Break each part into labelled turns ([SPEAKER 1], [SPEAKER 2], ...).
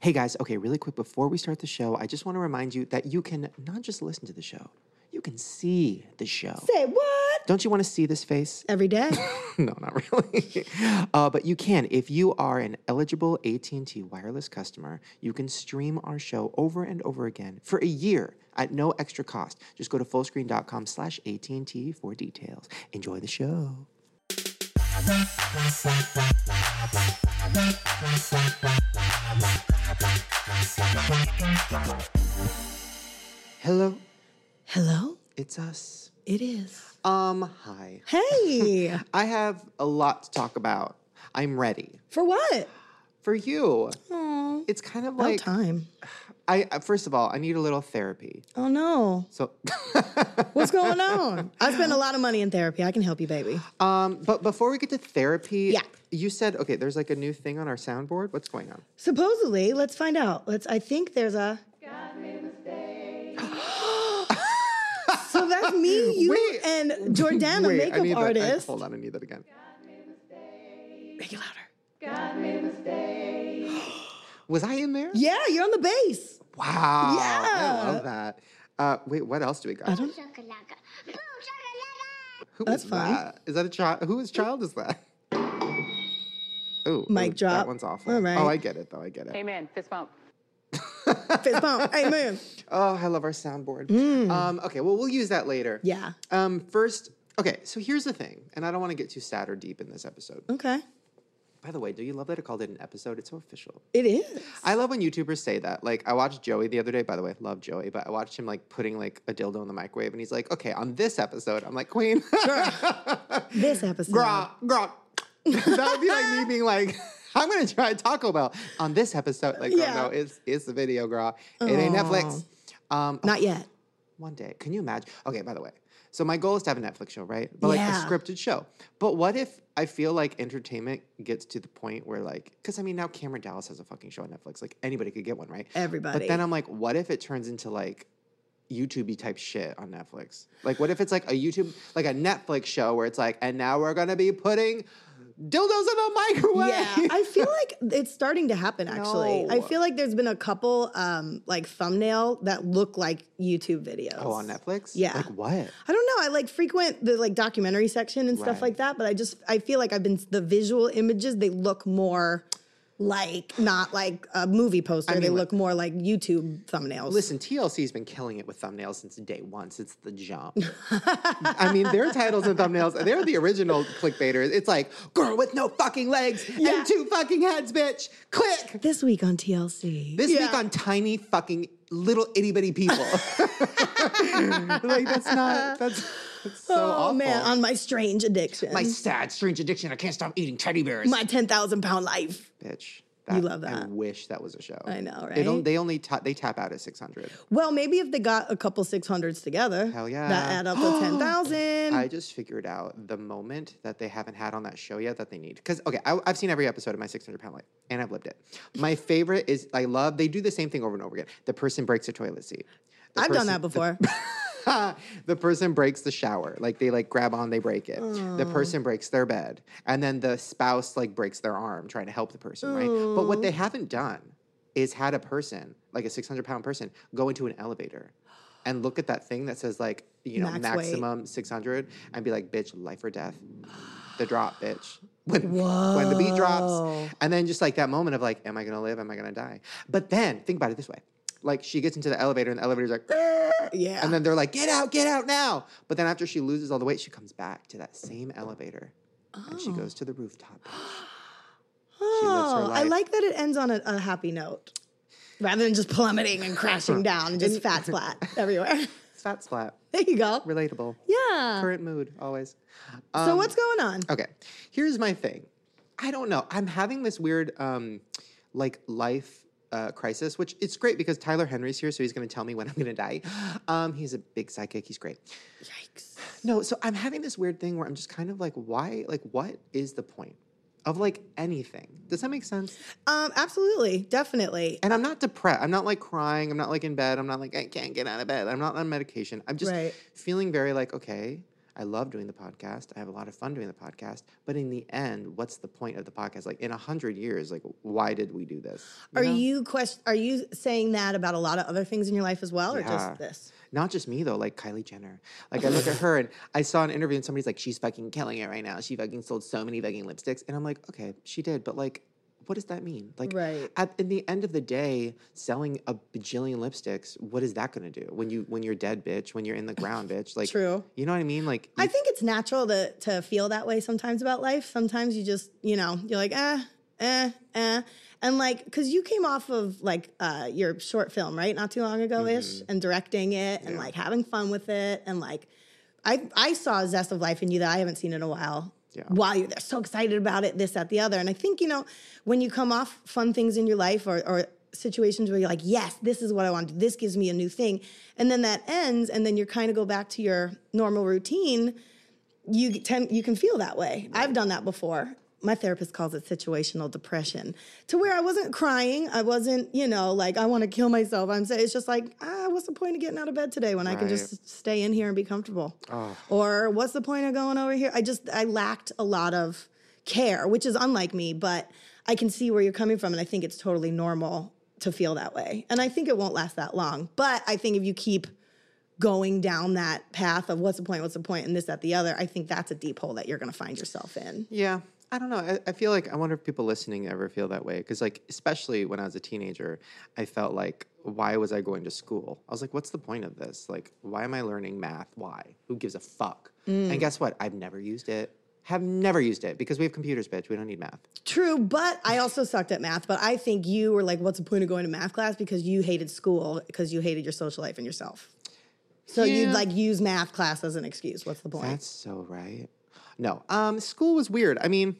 [SPEAKER 1] Hey guys, okay, really quick before we start the show, I just want to remind you that you can not just listen to the show, you can see the show.
[SPEAKER 2] Say what?
[SPEAKER 1] Don't you want to see this face?
[SPEAKER 2] Every day.
[SPEAKER 1] no, not really. Uh, but you can. If you are an eligible AT&T wireless customer, you can stream our show over and over again for a year at no extra cost. Just go to fullscreen.com slash AT&T for details. Enjoy the show. Hello,
[SPEAKER 2] Hello?
[SPEAKER 1] it's us.
[SPEAKER 2] It is.
[SPEAKER 1] Um, hi.
[SPEAKER 2] Hey.
[SPEAKER 1] I have a lot to talk about. I'm ready.
[SPEAKER 2] For what?
[SPEAKER 1] For you,
[SPEAKER 2] Oh,
[SPEAKER 1] it's kind of
[SPEAKER 2] no
[SPEAKER 1] like
[SPEAKER 2] time.
[SPEAKER 1] I I- first of all, I need a little therapy.
[SPEAKER 2] Oh no.
[SPEAKER 1] So
[SPEAKER 2] What's going on? I spend a lot of money in therapy. I can help you, baby.
[SPEAKER 1] um but before we get to therapy,
[SPEAKER 2] Yeah.
[SPEAKER 1] you said okay, there's like a new thing on our soundboard. What's going on?
[SPEAKER 2] Supposedly, let's find out. Let's I think there's a So that's me, you
[SPEAKER 1] Wait.
[SPEAKER 2] and Jordana,
[SPEAKER 1] Wait, I
[SPEAKER 2] makeup
[SPEAKER 1] need that- I-
[SPEAKER 2] artist.
[SPEAKER 1] hold on, I need that again.
[SPEAKER 2] Make it louder.
[SPEAKER 1] Was I in there?
[SPEAKER 2] Yeah, you're on the bass.
[SPEAKER 1] Wow. I
[SPEAKER 2] Yeah.
[SPEAKER 1] love that. Uh, wait, what else do we got?
[SPEAKER 2] don't-
[SPEAKER 3] Shakalaka. Boom shakalaka.
[SPEAKER 1] Who
[SPEAKER 2] That's
[SPEAKER 1] is
[SPEAKER 2] fun.
[SPEAKER 1] that? Is that a child? Whose child is that? Oh,
[SPEAKER 2] Mic
[SPEAKER 1] That
[SPEAKER 2] drop.
[SPEAKER 1] one's awful.
[SPEAKER 2] All right.
[SPEAKER 1] Oh, I get it though. I get it.
[SPEAKER 4] Amen. Fist bump.
[SPEAKER 2] Fist bump. Hey man.
[SPEAKER 1] Oh, I love our soundboard. Um, okay, well, we'll use that later.
[SPEAKER 2] Mm. Yeah.
[SPEAKER 1] Um, first, okay, so here's the thing, and I don't want to get too sad or deep in this episode.
[SPEAKER 2] Okay.
[SPEAKER 1] By the way, do you love that I called it an episode? It's so official.
[SPEAKER 2] It is.
[SPEAKER 1] I love when YouTubers say that. Like, I watched Joey the other day, by the way, love Joey, but I watched him like putting like a dildo in the microwave, and he's like, okay, on this episode, I'm like, Queen,
[SPEAKER 2] This episode.
[SPEAKER 1] grah, grah. that would be like me being like, I'm gonna try Taco Bell on this episode. Like,
[SPEAKER 2] Yeah.
[SPEAKER 1] oh, no, it's it's the video, grah. It ain't Netflix. Um,
[SPEAKER 2] Not yet.
[SPEAKER 1] One day. Can you imagine? Okay, by the way. So my goal is to have a Netflix show, right? But like
[SPEAKER 2] Yeah.
[SPEAKER 1] a scripted show. But what if I feel like entertainment gets to the point where like cuz I mean now Cameron Dallas has a fucking show on Netflix. Like anybody could get one, right?
[SPEAKER 2] Everybody.
[SPEAKER 1] But then I'm like what if it turns into like YouTube type shit on Netflix? Like what if it's like a YouTube like a Netflix show where it's like and now we're going to be putting dildos in a microwave.
[SPEAKER 2] Yeah, I feel like it's starting to happen actually. I
[SPEAKER 1] No.
[SPEAKER 2] feel like there's been a couple um like thumbnail that look like YouTube videos.
[SPEAKER 1] oh, on Netflix?
[SPEAKER 2] Yeah.
[SPEAKER 1] Like what?
[SPEAKER 2] I don't know. I like frequent the like documentary section and stuff
[SPEAKER 1] Right.
[SPEAKER 2] like that, but I just I feel like I've been the visual images they look more like not like a movie poster. they
[SPEAKER 1] mean,
[SPEAKER 2] look more like YouTube thumbnails.
[SPEAKER 1] Listen, TLC's been killing it with thumbnails since day one, since the jump. I mean, their titles and thumbnails, they're the original clickbaiters. It's like, girl with no fucking legs
[SPEAKER 2] Yeah.
[SPEAKER 1] and two fucking heads, bitch. Click.
[SPEAKER 2] This week on TLC.
[SPEAKER 1] This week
[SPEAKER 2] Yeah.
[SPEAKER 1] on tiny fucking little itty bitty people. like, that's not, that's, that's so
[SPEAKER 2] oh
[SPEAKER 1] awful.
[SPEAKER 2] man, on my strange addiction.
[SPEAKER 1] My sad, strange addiction. I can't stop eating teddy bears.
[SPEAKER 2] my ten thousand pound life.
[SPEAKER 1] bitch.
[SPEAKER 2] You love
[SPEAKER 1] I
[SPEAKER 2] that.
[SPEAKER 1] wish that was a show.
[SPEAKER 2] I know,
[SPEAKER 1] They, don't,
[SPEAKER 2] right?
[SPEAKER 1] they only ta- they tap out at 600.
[SPEAKER 2] Well, maybe if they got a couple six hundreds together,
[SPEAKER 1] Hell yeah.
[SPEAKER 2] that add up to ten thousand.
[SPEAKER 1] I just figured out the moment that they haven't had on that show yet that they need. Because, okay, I, I've seen every episode of My 600 Pound Life and I've lived it. My favorite is I love, they do the same thing over and over again. The person breaks a toilet seat. The
[SPEAKER 2] I've done that
[SPEAKER 1] person-
[SPEAKER 2] before.
[SPEAKER 1] the person breaks the shower. Like they like grab on, they break it. The person breaks their bed. And then the spouse like breaks their arm trying to help the person, right? But what they haven't done is had a person, like a 600 pound person, go into an elevator and look at that thing that says like, you know,
[SPEAKER 2] Max weight.
[SPEAKER 1] maximum 600 and be like, bitch, life or death. The drop, bitch. When, when the beat drops. And then just like that moment of like, am I gonna live? Am I gonna die? But then think about it this way. Like she gets into the elevator and the elevator's like,
[SPEAKER 2] yeah.
[SPEAKER 1] and then they're like, get out, get out now. But then after she loses all the weight, she comes back to that same elevator and she goes to the rooftop. she lives her
[SPEAKER 2] oh, I
[SPEAKER 1] life.
[SPEAKER 2] like that it ends on a, a happy note rather than just plummeting and crashing down and just fat splat everywhere.
[SPEAKER 1] It's fat splat,
[SPEAKER 2] there you go.
[SPEAKER 1] relatable,
[SPEAKER 2] Yeah.
[SPEAKER 1] current mood, always.
[SPEAKER 2] so
[SPEAKER 1] Um,
[SPEAKER 2] what's going on?
[SPEAKER 1] Okay, here's my thing. I don't know. I'm having this weird, um, like, life uh, crisis, which it's great because Tyler Henry's here, so he's going to tell me when I'm going to die. Um, he's a big psychic. He's great.
[SPEAKER 2] Yikes.
[SPEAKER 1] No, so I'm having this weird thing where I'm just kind of like, why? Like, what is the point of like anything? Does that make sense?
[SPEAKER 2] Um, absolutely, definitely.
[SPEAKER 1] And I'm not depressed. I'm not like crying. I'm not like in bed. I'm not like I can't get out of bed. I'm not on medication. I'm just
[SPEAKER 2] Right.
[SPEAKER 1] feeling very like okay. I love doing the podcast. I have a lot of fun doing the podcast. But in the end, what's the point of the podcast? Like in a hundred years, like why did we do this?
[SPEAKER 2] Are
[SPEAKER 1] know?
[SPEAKER 2] you question? Are you saying that about a lot of other things in your life as well, or
[SPEAKER 1] Yeah.
[SPEAKER 2] just this?
[SPEAKER 1] Not just me though, like Kylie Jenner. Like I look at her and I saw an interview and somebody's like, she's fucking killing it right now. She fucking sold so many fucking lipsticks. And I'm like, okay, she did, but like, what does that mean? Like
[SPEAKER 2] Right.
[SPEAKER 1] at in the end of the day, selling a bajillion lipsticks, what is that gonna do? When you when you're dead, bitch, when you're in the ground, bitch. Like
[SPEAKER 2] True.
[SPEAKER 1] You know what I mean? Like
[SPEAKER 2] I
[SPEAKER 1] you-
[SPEAKER 2] think it's natural to to feel that way sometimes about life. Sometimes you just, you know, you're like, eh, eh, eh. And like, because you came off of like uh, your short film, right? Not too long ago ish, and directing it and like having fun with it. And like, I, I saw a zest of life in you that I haven't seen in a while.
[SPEAKER 1] Yeah.
[SPEAKER 2] While you're there, so excited about it, this, that, the other. And I think, you know, when you come off fun things in your life or, or situations where you're like, yes, this is what I want to do, this gives me a new thing. And then that ends, and then you kind of go back to your normal routine you tend you can feel that way. I've done that before. My therapist calls it situational depression, to where I wasn't crying. I wasn't, you know, like I want to kill myself. I'm saying it's just like, ah, what's the point of getting out of bed today when I can just stay in here and be comfortable? Or what's the point of going over here? I just I lacked a lot of care, which is unlike me, but I can see where you're coming from, and I think it's totally normal to feel that way. And I think it won't last that long, but I think if you keep going down that path of what's the point, what's the point, and this, that, the other, I think that's a deep hole that you're going to find yourself in.
[SPEAKER 1] Yeah. I don't know. I, I feel like I wonder if people listening ever feel that way. Because, like, especially when I was a teenager, I felt like, why was I going to school? I was like, what's the point of this? Like, why am I learning math? Why? Who gives a fuck? And guess what? I've never used it. Have never used it because we have computers, bitch. We don't need math.
[SPEAKER 2] True, but I also sucked at math. But I think you were like, what's the point of going to math class? Because you hated school, because you hated your social life and yourself. So you'd
[SPEAKER 1] Yeah.
[SPEAKER 2] like use math class as an excuse. What's the point?
[SPEAKER 1] That's so right. No, um, school was weird. I mean,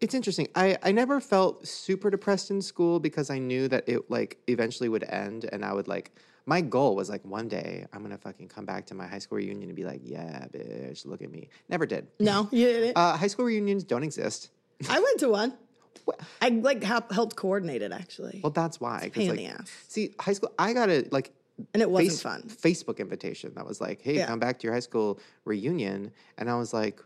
[SPEAKER 1] it's interesting. I, I never felt super depressed in school because I knew that it like eventually would end and I would like my goal was like one day I'm gonna fucking come back to my high school reunion and be like, yeah, bitch, look at me. Never did.
[SPEAKER 2] no, you didn't.
[SPEAKER 1] Uh, high school reunions don't exist.
[SPEAKER 2] I went to one. I like help, helped coordinate it actually,
[SPEAKER 1] Well, that's why. 'cause,
[SPEAKER 2] pain in
[SPEAKER 1] like,
[SPEAKER 2] the ass.
[SPEAKER 1] See, high school, I got a like
[SPEAKER 2] and it wasn't
[SPEAKER 1] face-
[SPEAKER 2] fun.
[SPEAKER 1] Facebook invitation that was like, "Hey,
[SPEAKER 2] Yeah.
[SPEAKER 1] come back to your high school reunion," and I was like,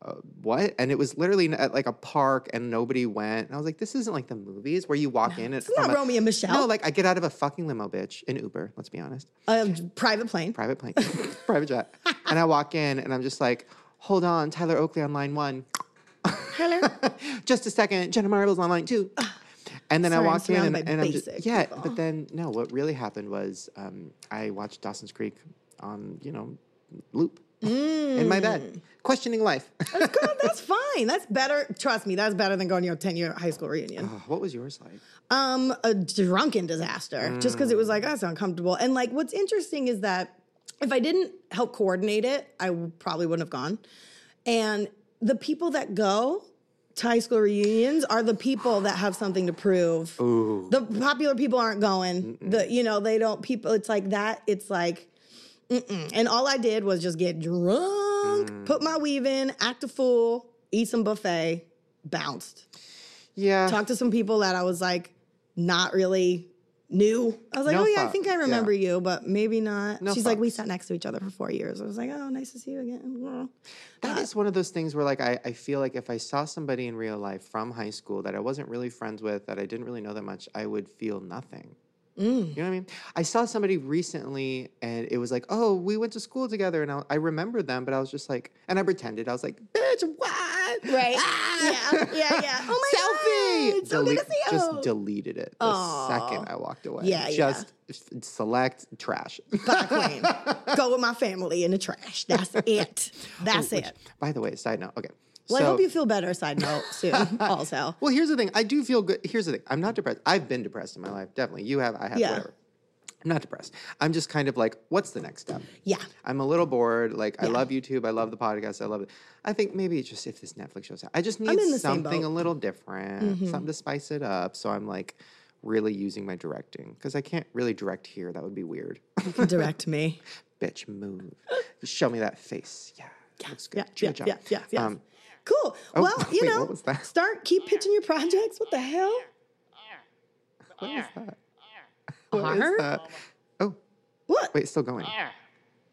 [SPEAKER 1] uh, "What?" And it was literally at like a park, and nobody went. And I was like, "This isn't like the movies where you walk in and it's
[SPEAKER 2] It's not
[SPEAKER 1] I'm a-
[SPEAKER 2] Romeo and Michelle.
[SPEAKER 1] No, like I get out of a fucking limo, bitch, in Uber. Let's be honest,
[SPEAKER 2] a private plane.
[SPEAKER 1] private plane, private jet, and I walk in, and I'm just like, "Hold on, Tyler Oakley on line one."
[SPEAKER 2] Hello.
[SPEAKER 1] just a second, Jenna Marbles on line two. And then
[SPEAKER 2] Sorry, I'm
[SPEAKER 1] I walked in
[SPEAKER 2] surrounded
[SPEAKER 1] and,
[SPEAKER 2] by
[SPEAKER 1] and I'm just,
[SPEAKER 2] basic
[SPEAKER 1] yeah,
[SPEAKER 2] people.
[SPEAKER 1] but then no, what really happened was um, I watched Dawson's Creek on, you know, loop
[SPEAKER 2] Mm.
[SPEAKER 1] in my bed, questioning life.
[SPEAKER 2] God, that's fine. That's better. Trust me, that's better than going to your 10 year high school reunion.
[SPEAKER 1] Oh, what was yours like?
[SPEAKER 2] Um, a drunken disaster, just because it was like, that's uncomfortable. And like, what's interesting is that if I didn't help coordinate it, I w- probably wouldn't have gone. And the people that go to high school reunions are the people that have something to prove. The popular people aren't going. The, you know, they don't, people, it's like that. It's like, and all I did was just get drunk, put my weave in, act a fool, eat some buffet, bounced.
[SPEAKER 1] Yeah.
[SPEAKER 2] Talked to some people that I was like, not really knew. I was like,
[SPEAKER 1] No
[SPEAKER 2] oh yeah, I
[SPEAKER 1] fuck.
[SPEAKER 2] think I
[SPEAKER 1] Yeah.
[SPEAKER 2] remember you, but maybe not.
[SPEAKER 1] No
[SPEAKER 2] She's like, we
[SPEAKER 1] fucks.
[SPEAKER 2] sat next to each other for four years. I was like, oh, nice to see you again.
[SPEAKER 1] That is one of those things where, like, I, I feel like if I saw somebody in real life from high school that I wasn't really friends with, that I didn't really know that much, I would feel nothing.
[SPEAKER 2] Mm.
[SPEAKER 1] You know what I mean? I saw somebody recently and it was like, oh, we went to school together. And I, I remembered them, but I was just like, and I pretended. I was like, bitch, what?
[SPEAKER 2] Right.
[SPEAKER 1] Ah!
[SPEAKER 2] Yeah. Yeah. Yeah. Oh my
[SPEAKER 1] Selfie!
[SPEAKER 2] God. It's so good to
[SPEAKER 1] Delete-
[SPEAKER 2] see you.
[SPEAKER 1] Just deleted it the second
[SPEAKER 2] Aw.
[SPEAKER 1] I walked away.
[SPEAKER 2] Yeah, yeah.
[SPEAKER 1] Just f- select trash.
[SPEAKER 2] Bye, Queen. Go with my family in the trash. That's it. That's
[SPEAKER 1] Which-
[SPEAKER 2] it.
[SPEAKER 1] By the way, side note. Okay.
[SPEAKER 2] Well, I
[SPEAKER 1] so-
[SPEAKER 2] hope you feel better. Side note, soon. Also,
[SPEAKER 1] Well, here's the thing. I do feel good. Here's the thing. I'm not depressed. I've been depressed in my life. Definitely. You have. I have.
[SPEAKER 2] Yeah.
[SPEAKER 1] Whatever. I'm not depressed. I'm just kind of like, what's the next step?
[SPEAKER 2] yeah.
[SPEAKER 1] I'm a little bored. Like, I
[SPEAKER 2] Yeah.
[SPEAKER 1] love YouTube. I love the podcast. I love it. I think maybe it's just if this Netflix show's out, I just need
[SPEAKER 2] in the same
[SPEAKER 1] something a
[SPEAKER 2] boat. Mm-hmm.
[SPEAKER 1] little different, something to spice it up. So I'm like really using my directing because I can't really direct here. That would be weird.
[SPEAKER 2] direct me.
[SPEAKER 1] Bitch, move. Show me that face. Yeah. Looks good.
[SPEAKER 2] Yeah,
[SPEAKER 1] Do
[SPEAKER 2] yeah,
[SPEAKER 1] your job.
[SPEAKER 2] yeah, yeah, yeah.
[SPEAKER 1] Um,
[SPEAKER 2] cool. well, you
[SPEAKER 1] wait,
[SPEAKER 2] know,
[SPEAKER 1] what was that?
[SPEAKER 2] start keep pitching your projects. What the hell?
[SPEAKER 1] what is that? What is
[SPEAKER 2] Arr?
[SPEAKER 1] that? Oh,
[SPEAKER 2] What?
[SPEAKER 1] wait, it's still going.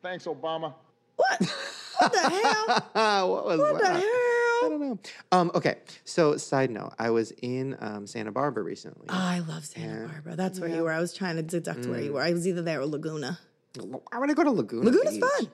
[SPEAKER 4] Thanks, Obama.
[SPEAKER 2] What? the hell?
[SPEAKER 1] what was
[SPEAKER 2] What the
[SPEAKER 1] that? I
[SPEAKER 2] hell?
[SPEAKER 1] don't know. Um, okay, so side note, I was in um, Santa Barbara recently.
[SPEAKER 2] Oh, I love Santa
[SPEAKER 1] Yeah. Mm.
[SPEAKER 2] Barbara. That's where you were. I was trying to deduct where you were. I was either there or Laguna.
[SPEAKER 1] I want to go to Laguna.
[SPEAKER 2] Laguna's
[SPEAKER 1] Beach.
[SPEAKER 2] fun.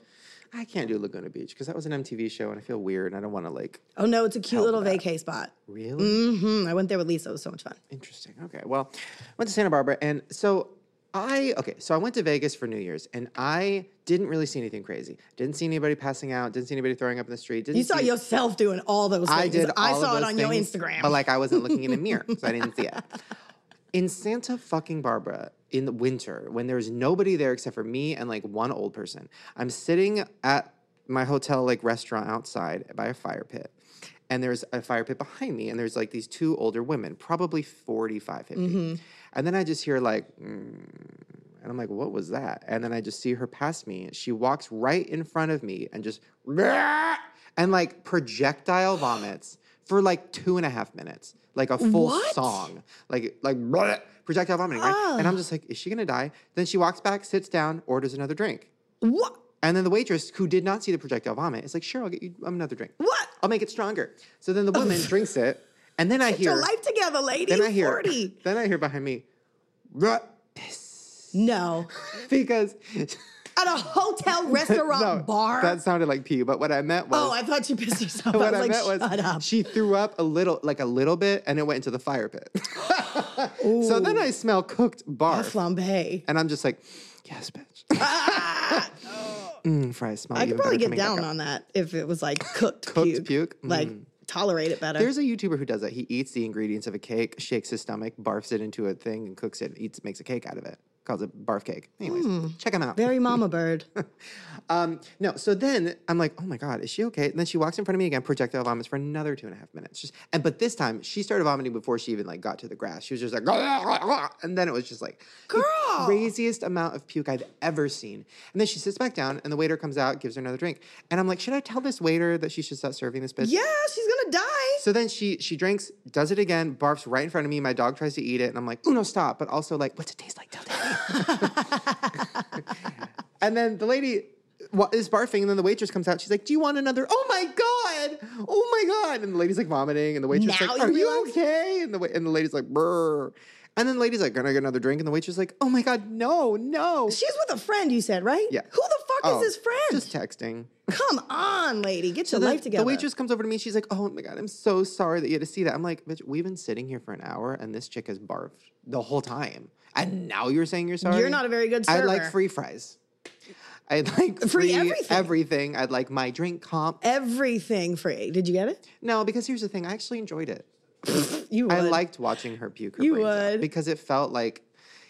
[SPEAKER 1] I can't do Laguna Beach because that was an MTV show, and I feel weird, and I don't want to like
[SPEAKER 2] Oh no, it's a cute little
[SPEAKER 1] that.
[SPEAKER 2] vacay spot.
[SPEAKER 1] really.
[SPEAKER 2] hmm I went there with Lisa. It was so much fun.
[SPEAKER 1] Interesting. Okay. Well, went to Santa Barbara, and so I okay. So I went to Vegas for New Year's, and I didn't really see anything crazy. Didn't see anybody passing out. Didn't see anybody throwing up in the street. Didn't
[SPEAKER 2] You saw
[SPEAKER 1] see,
[SPEAKER 2] yourself doing all those things.
[SPEAKER 1] I did.
[SPEAKER 2] I
[SPEAKER 1] all of
[SPEAKER 2] saw it
[SPEAKER 1] those
[SPEAKER 2] on your
[SPEAKER 1] things,
[SPEAKER 2] Instagram.
[SPEAKER 1] but like I wasn't looking in the mirror, so I didn't see it. In Santa fucking Barbara in the winter, when there's nobody there except for me and like one old person, I'm sitting at my hotel like restaurant outside by a fire pit. And there's a fire pit behind me, and there's like these two older women, probably 45, 50.
[SPEAKER 2] Mm-hmm.
[SPEAKER 1] And then I just hear like, and I'm like, what was that? And then I just see her pass me. She walks right in front of me and just and like projectile vomits for like two and a half minutes. Like a full
[SPEAKER 2] What?
[SPEAKER 1] song. Like like projectile vomiting, right? And I'm just like, is she gonna die? Then she walks back, sits down, orders another drink.
[SPEAKER 2] what?
[SPEAKER 1] And then the waitress, who did not see the projectile vomit, is like, sure, I'll get you another drink.
[SPEAKER 2] What?
[SPEAKER 1] I'll make it stronger. So then the woman drinks it, and then I
[SPEAKER 2] Your
[SPEAKER 1] hear
[SPEAKER 2] life together, lady.
[SPEAKER 1] then I hear
[SPEAKER 2] 40.
[SPEAKER 1] then I hear behind me, "Bruh,"
[SPEAKER 2] No.
[SPEAKER 1] because
[SPEAKER 2] At a hotel, restaurant,
[SPEAKER 1] No,
[SPEAKER 2] bar.
[SPEAKER 1] That sounded like pee, but what I meant was.
[SPEAKER 2] oh, I thought you pissed yourself.
[SPEAKER 1] what
[SPEAKER 2] I was
[SPEAKER 1] I
[SPEAKER 2] like,
[SPEAKER 1] meant was
[SPEAKER 2] shut up.
[SPEAKER 1] she threw up a little, like a little bit, and it went into the fire pit. so then I smell cooked
[SPEAKER 2] A
[SPEAKER 1] barf,
[SPEAKER 2] flambe.
[SPEAKER 1] and I'm just like, yes, bitch. mm, fries smell.
[SPEAKER 2] I
[SPEAKER 1] even
[SPEAKER 2] could probably
[SPEAKER 1] better
[SPEAKER 2] get
[SPEAKER 1] coming back up.
[SPEAKER 2] down on that if it was like cooked,
[SPEAKER 1] Cooked
[SPEAKER 2] puke.
[SPEAKER 1] puke? Mm.
[SPEAKER 2] Like tolerate it better.
[SPEAKER 1] There's a YouTuber who does that. He eats the ingredients of a cake, shakes his stomach, barfs it into a thing, and cooks it. Eats, makes a cake out of it. Calls it barf cake. Anyways,
[SPEAKER 2] Mm.
[SPEAKER 1] check him out.
[SPEAKER 2] Very mama bird.
[SPEAKER 1] Um, no, so then I'm like, oh my god, is she okay? And then she walks in front of me again, projectile vomits for another two and a half minutes. Just and but this time she started vomiting before she even like got to the grass. She was just like, and then it was just like the
[SPEAKER 2] Girl!
[SPEAKER 1] craziest amount of puke I've ever seen. And then she sits back down, and the waiter comes out, gives her another drink, and I'm like, should I tell this waiter that she should stop serving this bitch?
[SPEAKER 2] yeah, she's gonna die.
[SPEAKER 1] So then she she drinks, does it again, barfs right in front of me. My dog tries to eat it, and I'm like, "Uno, stop!" But also like, "What's it taste like?" Tell daddy." and then the lady wa- is barfing, and then the waitress comes out. She's like, "Do you want another?" Oh my god! Oh my god! And the lady's like vomiting, and the waitress
[SPEAKER 2] Now
[SPEAKER 1] like,
[SPEAKER 2] you
[SPEAKER 1] "Are you
[SPEAKER 2] realize?
[SPEAKER 1] okay?" And the wa- and the lady's like, "Brr." And then the lady's like, "Gonna get another drink?" And the waitress is like, "Oh my god, no, no!"
[SPEAKER 2] She's with a friend, you said, right?
[SPEAKER 1] Yeah.
[SPEAKER 2] Who the fuck
[SPEAKER 1] Oh,
[SPEAKER 2] is his friend?
[SPEAKER 1] Just texting.
[SPEAKER 2] Come on, lady. Get your
[SPEAKER 1] the-
[SPEAKER 2] life together.
[SPEAKER 1] The waitress comes over to me. She's like, "Oh my god, I'm so sorry that you had to see that." I'm like, "Bitch, we've been sitting here for an hour, and this chick has barfed the whole time, and now you're saying you're sorry."
[SPEAKER 2] You're not a very good
[SPEAKER 1] I like
[SPEAKER 2] server.
[SPEAKER 1] free fries. I'd like
[SPEAKER 2] Free
[SPEAKER 1] free,
[SPEAKER 2] everything.
[SPEAKER 1] everything. I'd like my drink comp.
[SPEAKER 2] Everything free. Did you get it?
[SPEAKER 1] No, because here's the thing. I actually enjoyed it.
[SPEAKER 2] You would.
[SPEAKER 1] I liked watching her puke her
[SPEAKER 2] You
[SPEAKER 1] brains out
[SPEAKER 2] would.
[SPEAKER 1] because it felt like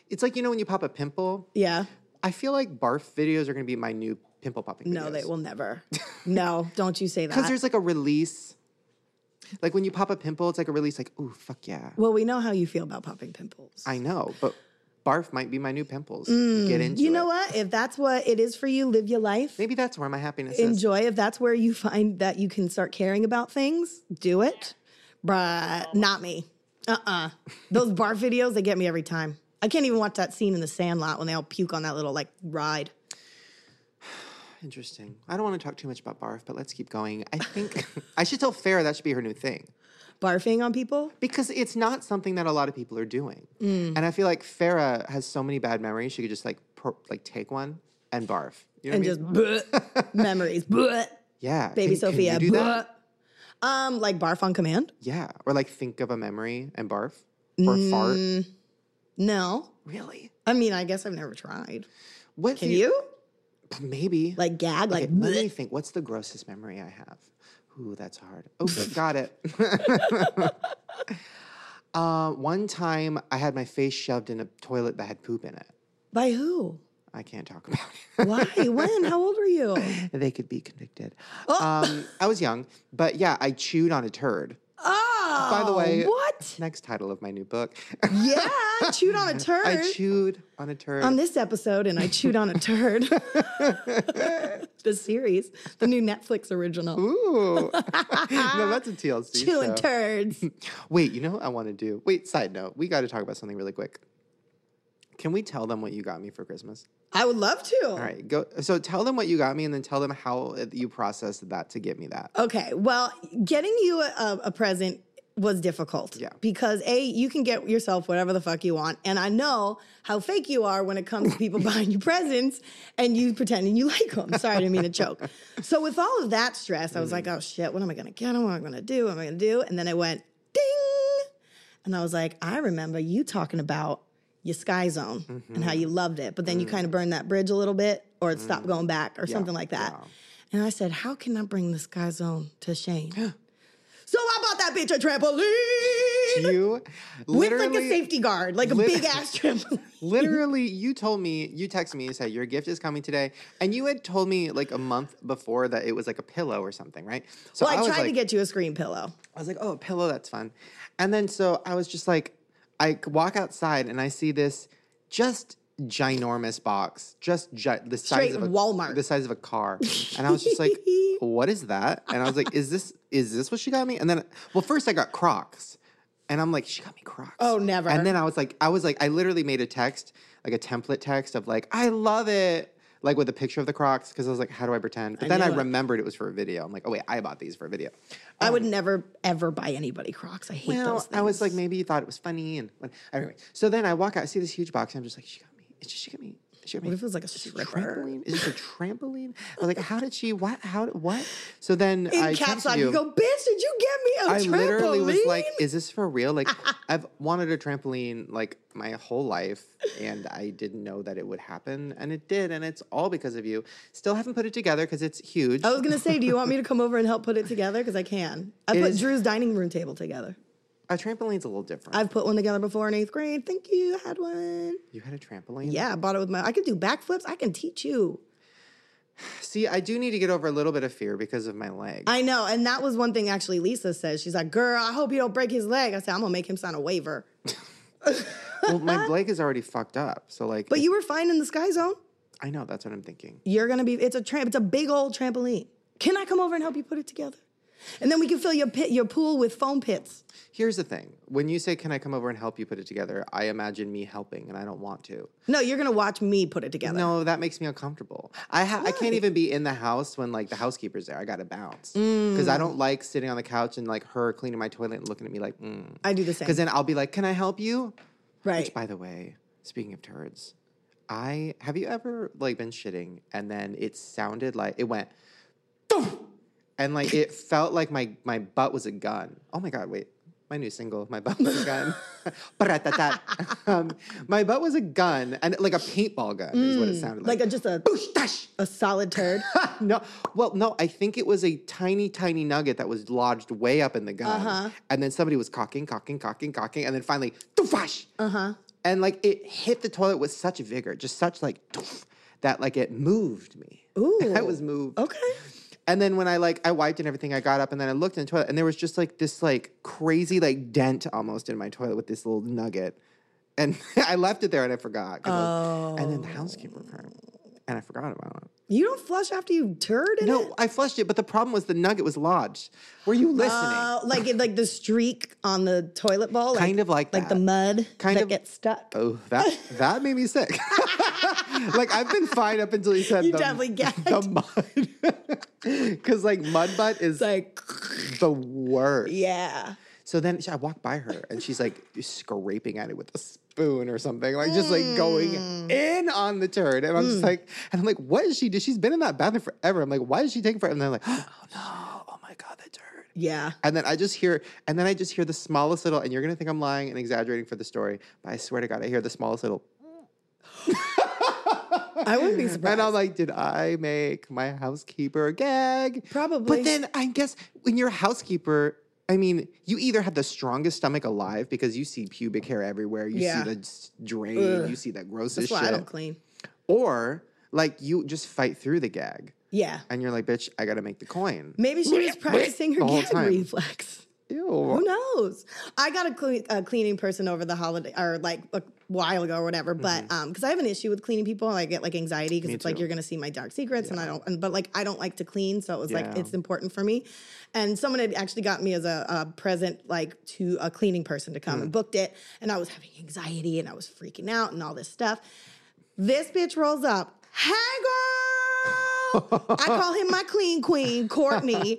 [SPEAKER 1] it's like you know when you pop a pimple.
[SPEAKER 2] Yeah.
[SPEAKER 1] I feel like barf videos are going to be my new pimple popping.
[SPEAKER 2] No, they
[SPEAKER 1] videos.
[SPEAKER 2] will never. no, don't you say
[SPEAKER 1] Because
[SPEAKER 2] that.
[SPEAKER 1] there's like a release. Like when you pop a pimple, it's like a release, like, ooh, fuck yeah.
[SPEAKER 2] Well, we know how you feel about popping pimples.
[SPEAKER 1] I know, but barf might be my new pimples. Get into
[SPEAKER 2] Mm, you know
[SPEAKER 1] it.
[SPEAKER 2] what? If that's what it is for you, live your life.
[SPEAKER 1] Maybe that's where my happiness is.
[SPEAKER 2] Enjoy. If that's where you find that you can start caring about things, do
[SPEAKER 1] Oh,
[SPEAKER 2] it. But not me. Uh uh Those bar videos, they get me every time. I can't even watch that scene in the sandlot when they all puke on that little like ride.
[SPEAKER 1] Interesting. I don't want to talk too much about barf, but let's keep going. I think I should tell Farah that should be her new thing
[SPEAKER 2] Barfing on people?
[SPEAKER 1] because it's not something that a lot of people are doing.
[SPEAKER 2] Mm.
[SPEAKER 1] And I feel like Farah has so many bad memories. She could just like per, like take one and barf. You know
[SPEAKER 2] and
[SPEAKER 1] what I
[SPEAKER 2] just
[SPEAKER 1] mean?
[SPEAKER 2] bleh, memories. bleh.
[SPEAKER 1] yeah.
[SPEAKER 2] Baby
[SPEAKER 1] Can- can
[SPEAKER 2] Sophia.
[SPEAKER 1] you do that?
[SPEAKER 2] bleh. Um, like barf on command?
[SPEAKER 1] Yeah. Or like think of a memory and barf or
[SPEAKER 2] Mm.
[SPEAKER 1] fart.
[SPEAKER 2] No.
[SPEAKER 1] Really?
[SPEAKER 2] I mean, I guess I've never tried.
[SPEAKER 1] What
[SPEAKER 2] Can
[SPEAKER 1] do
[SPEAKER 2] you?
[SPEAKER 1] Maybe.
[SPEAKER 2] Like gag, like
[SPEAKER 1] Okay, let me
[SPEAKER 2] bleh.
[SPEAKER 1] think. What's the grossest memory I have? Ooh, that's hard. Okay, got it. uh, one time I had my face shoved in a toilet that had poop in it.
[SPEAKER 2] by who?
[SPEAKER 1] I can't talk about it.
[SPEAKER 2] Why? when? How old were you?
[SPEAKER 1] they could be convicted. Um, I was young, but yeah, I chewed on a turd.
[SPEAKER 2] Oh,
[SPEAKER 1] By the way,
[SPEAKER 2] what?
[SPEAKER 1] Next title of my new book.
[SPEAKER 2] Yeah, chewed on a turd. Um,
[SPEAKER 1] I chewed on a turd.
[SPEAKER 2] on this episode, and I chewed on a turd. the series, the new Netflix original.
[SPEAKER 1] Ooh. no, that's a TLC.
[SPEAKER 2] Chewing
[SPEAKER 1] show.
[SPEAKER 2] turds.
[SPEAKER 1] Wait, you know what I want to do? Wait, side note. We got to talk about something really quick. Can we tell them what you got me for Christmas?
[SPEAKER 2] I would love to.
[SPEAKER 1] All right, go. So tell them what you got me, and then tell them how you processed that to get me that.
[SPEAKER 2] Okay. Well, getting you a, a present was difficult.
[SPEAKER 1] Yeah.
[SPEAKER 2] Because A, you can get yourself whatever the fuck you want. And I know how fake you are when it comes to people buying you presents and you pretending you like them. Sorry, I didn't mean to choke. So with all of that stress, I was
[SPEAKER 1] Mm.
[SPEAKER 2] like, oh shit, what am I gonna get? What am I gonna do? What am I gonna do? And then I went, ding. And I was like, I remember you talking about your sky zone and how you
[SPEAKER 1] Mm-hmm.
[SPEAKER 2] loved it, but then you kind
[SPEAKER 1] Mm.
[SPEAKER 2] of burned that bridge a little bit or it stopped going back or something like that. And I said, How can I bring the sky zone to shame? so I bought that bitch a trampoline
[SPEAKER 1] You
[SPEAKER 2] with like a
[SPEAKER 1] literally-
[SPEAKER 2] safety guard, like a
[SPEAKER 1] lit-
[SPEAKER 2] big ass trampoline.
[SPEAKER 1] Literally, you told me, you texted me, you said your gift is coming today. And you had told me like a month before that it was like a pillow or something, right? So
[SPEAKER 2] Well, I,
[SPEAKER 1] was
[SPEAKER 2] tried to
[SPEAKER 1] like-
[SPEAKER 2] get you a screen pillow.
[SPEAKER 1] I was like, oh, a pillow, that's fun. And then so I was just like, I c- walk outside and I see this just ginormous box, just gi- the size
[SPEAKER 2] Straight
[SPEAKER 1] of a,
[SPEAKER 2] Walmart.
[SPEAKER 1] the size of a car. And I was just like, what is that? And I was like, is this is this what she got me? And then, well, first I got Crocs, and I'm like, she got me Crocs.
[SPEAKER 2] Oh, never.
[SPEAKER 1] And then I was like, I was like, I literally made a text, like a template text of like, I love it. Like with a picture of the Crocs, because I was like, how do I pretend? But then I
[SPEAKER 2] knew it.
[SPEAKER 1] remembered it was for a video. I'm like, oh wait, I bought these for a video.
[SPEAKER 2] I would never ever buy anybody Crocs. I hate those
[SPEAKER 1] Oh. Well,
[SPEAKER 2] things.
[SPEAKER 1] I was like, maybe you thought it was funny, and when, anyway. So then I walk out, I see this huge box, and I'm just like, she got me. It's just she got me. She got me.
[SPEAKER 2] What if it was like a
[SPEAKER 1] Is this
[SPEAKER 2] stripper?
[SPEAKER 1] trampoline? Is this a trampoline? I was like, how did she? What? How? did- What? So then
[SPEAKER 2] in
[SPEAKER 1] I
[SPEAKER 2] caps
[SPEAKER 1] texted
[SPEAKER 2] lock, you. go, bitch, did you get me a
[SPEAKER 1] I
[SPEAKER 2] trampoline?
[SPEAKER 1] literally was like, is this for real? Like, I've wanted a trampoline like my whole life, and I didn't know that it would happen, and it did, and it's all because of you. Still haven't put it together because it's huge.
[SPEAKER 2] I was gonna say, do you want me to come over and help put it together? Because I can. I
[SPEAKER 1] It
[SPEAKER 2] put
[SPEAKER 1] is-
[SPEAKER 2] Drew's dining room table together.
[SPEAKER 1] a trampoline's a little different.
[SPEAKER 2] I've put one together before in eighth grade. Thank you. I had one.
[SPEAKER 1] you had a trampoline?
[SPEAKER 2] Yeah, I bought it with my. I can do backflips. I can teach you.
[SPEAKER 1] See, I do need to get over a little bit of fear because of my leg.
[SPEAKER 2] I know, and that was one thing actually. Lisa says she's like, "Girl, I hope you don't break his leg." I said, "I'm gonna make him sign a waiver."
[SPEAKER 1] well, my leg is already fucked up. So like,
[SPEAKER 2] But you were fine in the sky zone.
[SPEAKER 1] I know that's what I'm thinking.
[SPEAKER 2] You're gonna be. It's a tramp. It's a big old trampoline. Can I come over and help you put it together? And then we can fill your pit, your pool with foam pits.
[SPEAKER 1] Here's the thing: when you say, "Can I come over and help you put it together?" I imagine me helping, and I don't want to.
[SPEAKER 2] No, you're gonna watch me put it together.
[SPEAKER 1] No, that makes me uncomfortable. I ha- I can't even be in the house when like the housekeeper's there. I gotta bounce because I don't like sitting on the couch and like her cleaning my toilet and looking at me like, because
[SPEAKER 2] I do the same.
[SPEAKER 1] then I'll be like, "Can I help you?"
[SPEAKER 2] right.
[SPEAKER 1] Which, by the way, speaking of turds, I have you ever like been shitting and then it sounded like it went, "Thump!" and like it felt like my my butt was a gun. Oh my god, wait. My new single, my butt was a gun. Ba-da-da-da. um, my butt was a gun, and like a paintball gun is what it sounded like.
[SPEAKER 2] like a, just a a solid turd.
[SPEAKER 1] no, well, no, I think it was a tiny, tiny nugget that was lodged way up in the gun,
[SPEAKER 2] Uh-huh.
[SPEAKER 1] and then somebody was cocking, cocking, cocking, cocking, and then finally, doofash. Uh
[SPEAKER 2] Uh-huh.
[SPEAKER 1] huh. And like it hit the toilet with such vigor, just such like doof, that like it moved me. I
[SPEAKER 2] Ooh.
[SPEAKER 1] was moved.
[SPEAKER 2] okay.
[SPEAKER 1] And then when I like I wiped and everything, I got up and then I looked in the toilet and there was just like this like crazy like dent almost in my toilet with this little nugget. And I left it there and I forgot. 'cause I was- and then the
[SPEAKER 2] Oh.
[SPEAKER 1] housekeeper came and I forgot about it.
[SPEAKER 2] You don't flush after you turd in it.
[SPEAKER 1] No, I flushed it, but the problem was the nugget was lodged. Were you listening?
[SPEAKER 2] Oh, like it, like the streak on the toilet bowl, like,
[SPEAKER 1] Kind of like
[SPEAKER 2] like the
[SPEAKER 1] that.
[SPEAKER 2] mud
[SPEAKER 1] Kind
[SPEAKER 2] that
[SPEAKER 1] of-
[SPEAKER 2] gets stuck.
[SPEAKER 1] oh, that that made me sick. like I've been fine up until you said
[SPEAKER 2] You
[SPEAKER 1] the,
[SPEAKER 2] definitely gagged.
[SPEAKER 1] the mud, because like mud butt is
[SPEAKER 2] It's like,
[SPEAKER 1] the worst.
[SPEAKER 2] yeah,
[SPEAKER 1] So then I walk by her and she's like scraping at it with a spoon or something, like just like going
[SPEAKER 2] Mm.
[SPEAKER 1] in on the turd. And I'm just like, and I'm like, what is she? do? She's been in that bathroom forever. I'm like, why is she taking forever? And they're like, oh no, oh my god, that turd.
[SPEAKER 2] yeah.
[SPEAKER 1] And then I just hear, and then I just hear the smallest little, and you're gonna think I'm lying and exaggerating for the story, but I swear to God, I hear the smallest little.
[SPEAKER 2] I wouldn't be surprised.
[SPEAKER 1] And I'm like, did I make my housekeeper gag?
[SPEAKER 2] Probably.
[SPEAKER 1] But then I guess when you're a housekeeper, I mean, you either have the strongest stomach alive because you see pubic hair everywhere, you
[SPEAKER 2] Yeah.
[SPEAKER 1] see the s- drain, you see the grossest
[SPEAKER 2] That's why I don't
[SPEAKER 1] shit,
[SPEAKER 2] clean.
[SPEAKER 1] or like you just fight through the gag,
[SPEAKER 2] Yeah,
[SPEAKER 1] and you're like, bitch, I gotta make the coin.
[SPEAKER 2] maybe she was practicing her
[SPEAKER 1] The whole
[SPEAKER 2] gag
[SPEAKER 1] time.
[SPEAKER 2] reflex. Who
[SPEAKER 1] Ew.
[SPEAKER 2] knows? I got a, cle- a cleaning person over the holiday, or like a while ago or whatever. But um, because I have an issue with cleaning people, and I get like anxiety because it's like
[SPEAKER 1] Mm-hmm. too.
[SPEAKER 2] you're gonna see my dark secrets, and I don't. And, but like I don't like to clean, so it was like
[SPEAKER 1] Yeah.
[SPEAKER 2] it's important for me. And someone had actually got me as a, a present, like to a
[SPEAKER 1] Mm.
[SPEAKER 2] cleaning person to come and booked it, and I was having anxiety and I was freaking out and all this stuff. This bitch rolls up. Hey, girl! I call him my clean queen, Courtney.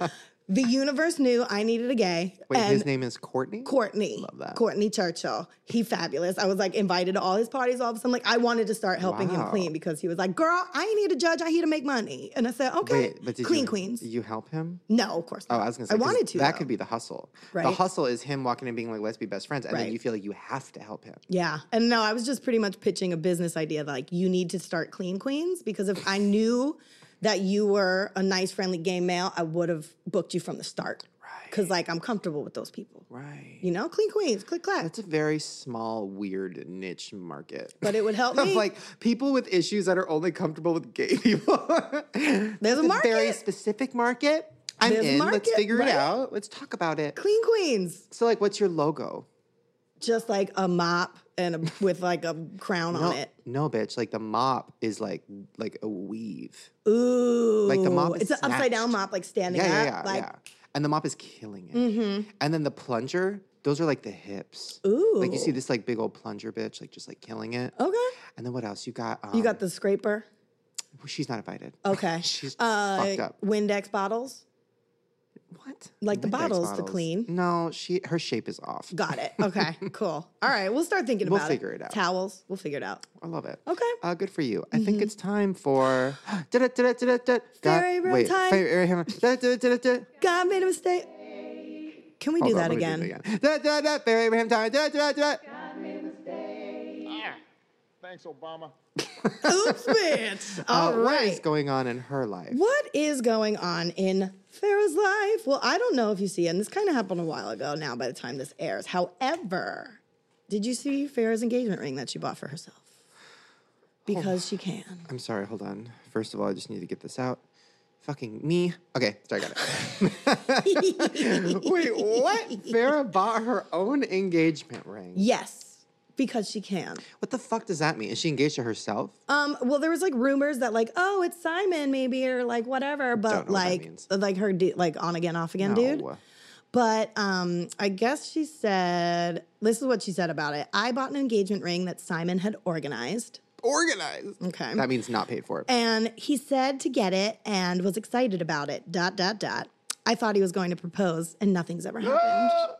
[SPEAKER 2] The universe knew I needed a gay.
[SPEAKER 1] Wait,
[SPEAKER 2] and
[SPEAKER 1] his name is Courtney?
[SPEAKER 2] Courtney.
[SPEAKER 1] Love that.
[SPEAKER 2] Courtney Churchill. He fabulous. I was like invited to all his parties. All of a sudden, like I wanted to start helping him
[SPEAKER 1] Wow.
[SPEAKER 2] clean because he was like, "Girl, I ain't here to judge. I here to make money." And I said, "Okay,
[SPEAKER 1] Wait, but did
[SPEAKER 2] clean
[SPEAKER 1] you,
[SPEAKER 2] queens."
[SPEAKER 1] did you help him?
[SPEAKER 2] no, of course.
[SPEAKER 1] Oh,
[SPEAKER 2] not.
[SPEAKER 1] I was gonna say
[SPEAKER 2] I
[SPEAKER 1] 'cause
[SPEAKER 2] wanted to.
[SPEAKER 1] That
[SPEAKER 2] though.
[SPEAKER 1] could be the hustle. The
[SPEAKER 2] Right.
[SPEAKER 1] hustle is him walking and being like, "Let's be best friends," and
[SPEAKER 2] Right.
[SPEAKER 1] then you feel like you have to help him.
[SPEAKER 2] Yeah. And no, I was just pretty much pitching a business idea that, like you need to start clean queens because if I knew that you were a nice, friendly gay male, I would have booked you from the start.
[SPEAKER 1] Right.
[SPEAKER 2] Because like I'm comfortable with those people.
[SPEAKER 1] Right.
[SPEAKER 2] You know, clean queens, click clack.
[SPEAKER 1] That's a very small, weird niche market.
[SPEAKER 2] but it would help
[SPEAKER 1] of
[SPEAKER 2] me.
[SPEAKER 1] like people with issues that are only comfortable with gay people. There's very
[SPEAKER 2] market.
[SPEAKER 1] specific market. I'm
[SPEAKER 2] There's a
[SPEAKER 1] in. Let's
[SPEAKER 2] market,
[SPEAKER 1] figure
[SPEAKER 2] right?
[SPEAKER 1] it out. Let's talk about it.
[SPEAKER 2] clean queens,
[SPEAKER 1] So, like, what's your logo?
[SPEAKER 2] just like a mop and a, with like a crown
[SPEAKER 1] No,
[SPEAKER 2] on it.
[SPEAKER 1] no, bitch. Like the mop is like like a weave.
[SPEAKER 2] Ooh,
[SPEAKER 1] Like the mop is
[SPEAKER 2] It's an upside down
[SPEAKER 1] snatched.
[SPEAKER 2] mop, like standing
[SPEAKER 1] Yeah, yeah,
[SPEAKER 2] up.
[SPEAKER 1] yeah,
[SPEAKER 2] like Mm-hmm.
[SPEAKER 1] yeah. And the mop is killing it. And then the plunger. Those are like the hips.
[SPEAKER 2] ooh,
[SPEAKER 1] Like you see this like big old plunger bitch, like just like killing it.
[SPEAKER 2] Okay,
[SPEAKER 1] And then what else? You got um,
[SPEAKER 2] you got Oh, the scraper.
[SPEAKER 1] she's not invited.
[SPEAKER 2] Okay,
[SPEAKER 1] She's
[SPEAKER 2] uh,
[SPEAKER 1] fucked up.
[SPEAKER 2] Windex bottles.
[SPEAKER 1] What?
[SPEAKER 2] Like the
[SPEAKER 1] Windex
[SPEAKER 2] bottles to clean.
[SPEAKER 1] No, she her shape is off.
[SPEAKER 2] Got it. Okay, cool. All right, we'll start thinking
[SPEAKER 1] We'll
[SPEAKER 2] about
[SPEAKER 1] figure it out.
[SPEAKER 2] Towels, we'll figure it out.
[SPEAKER 1] I love it.
[SPEAKER 2] Okay. Mm-hmm.
[SPEAKER 1] Uh, good for you. I think it's time for Da-da-da-da-da-da. God,
[SPEAKER 2] Fairy real
[SPEAKER 1] wait,
[SPEAKER 2] time.
[SPEAKER 1] Fairy real time. Da-da-da-da-da.
[SPEAKER 2] God made a mistake. Can we do
[SPEAKER 1] Hold on,
[SPEAKER 2] that
[SPEAKER 1] let me
[SPEAKER 2] again?
[SPEAKER 1] it Da-da-da, Fairy real time. Da-da-da-da.
[SPEAKER 4] Thanks, Obama.
[SPEAKER 2] Oops, bitch.
[SPEAKER 1] Uh,
[SPEAKER 2] All right.
[SPEAKER 1] What is going on in her life?
[SPEAKER 2] What is going on in Farrah's life? Well, I don't know if you see, and this kind of happened a while ago now by the time this airs. However, did you see Farrah's engagement ring that she bought for herself? Because she can.
[SPEAKER 1] I'm sorry, hold on. First of all, I just need to get this out. Fucking me. Okay, sorry, I got it. Wait, what? Farrah bought her own engagement ring.
[SPEAKER 2] Yes, because she can.
[SPEAKER 1] What the fuck does that mean? Is she engaged to herself?
[SPEAKER 2] Um, well, there was like rumors that like, oh, it's Simon maybe or like whatever,
[SPEAKER 1] Don't
[SPEAKER 2] but
[SPEAKER 1] know what that
[SPEAKER 2] like,
[SPEAKER 1] means.
[SPEAKER 2] like her du- like on again, off again, dude.
[SPEAKER 1] No.
[SPEAKER 2] But um, I guess she said, this is what she said about it. I bought an engagement ring that Simon had organized.
[SPEAKER 1] Organized.
[SPEAKER 2] Okay.
[SPEAKER 1] That means not paid for.
[SPEAKER 2] And he said to get it and was excited about it. Dot dot dot. I thought he was going to propose and nothing's ever happened.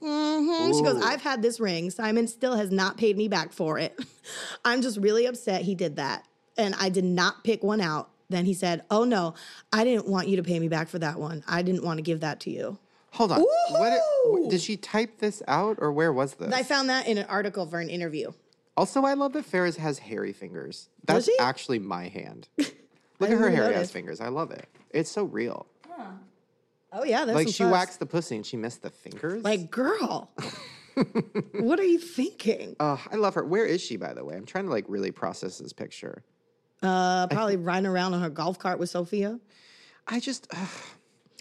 [SPEAKER 2] hmm She goes,
[SPEAKER 1] Mm-hmm. Ooh.
[SPEAKER 2] I've had this ring. Simon still has not paid me back for it. I'm just really upset he did that. And I did not pick one out. Then he said, Oh no, I didn't want you to pay me back for that one. I didn't want to give that to you.
[SPEAKER 1] Hold on. What it-
[SPEAKER 2] Ooh.
[SPEAKER 1] did she type this out or where was this?
[SPEAKER 2] I found that in an article for an interview.
[SPEAKER 1] also, I love that Ferris has hairy fingers. That's
[SPEAKER 2] she?
[SPEAKER 1] actually my hand. Look at her
[SPEAKER 2] didn't
[SPEAKER 1] hairy ass
[SPEAKER 2] notice.
[SPEAKER 1] fingers. I love it. It's so real.
[SPEAKER 2] Oh yeah, that's
[SPEAKER 1] Like
[SPEAKER 2] some
[SPEAKER 1] she
[SPEAKER 2] fuss.
[SPEAKER 1] waxed the pussy and she missed the fingers.
[SPEAKER 2] Like, girl, what are you thinking?
[SPEAKER 1] Ugh, I love her. Where is she, by the way? I'm trying to like really process this picture.
[SPEAKER 2] Uh, probably riding around on her golf cart with Sophia.
[SPEAKER 1] I just. ugh.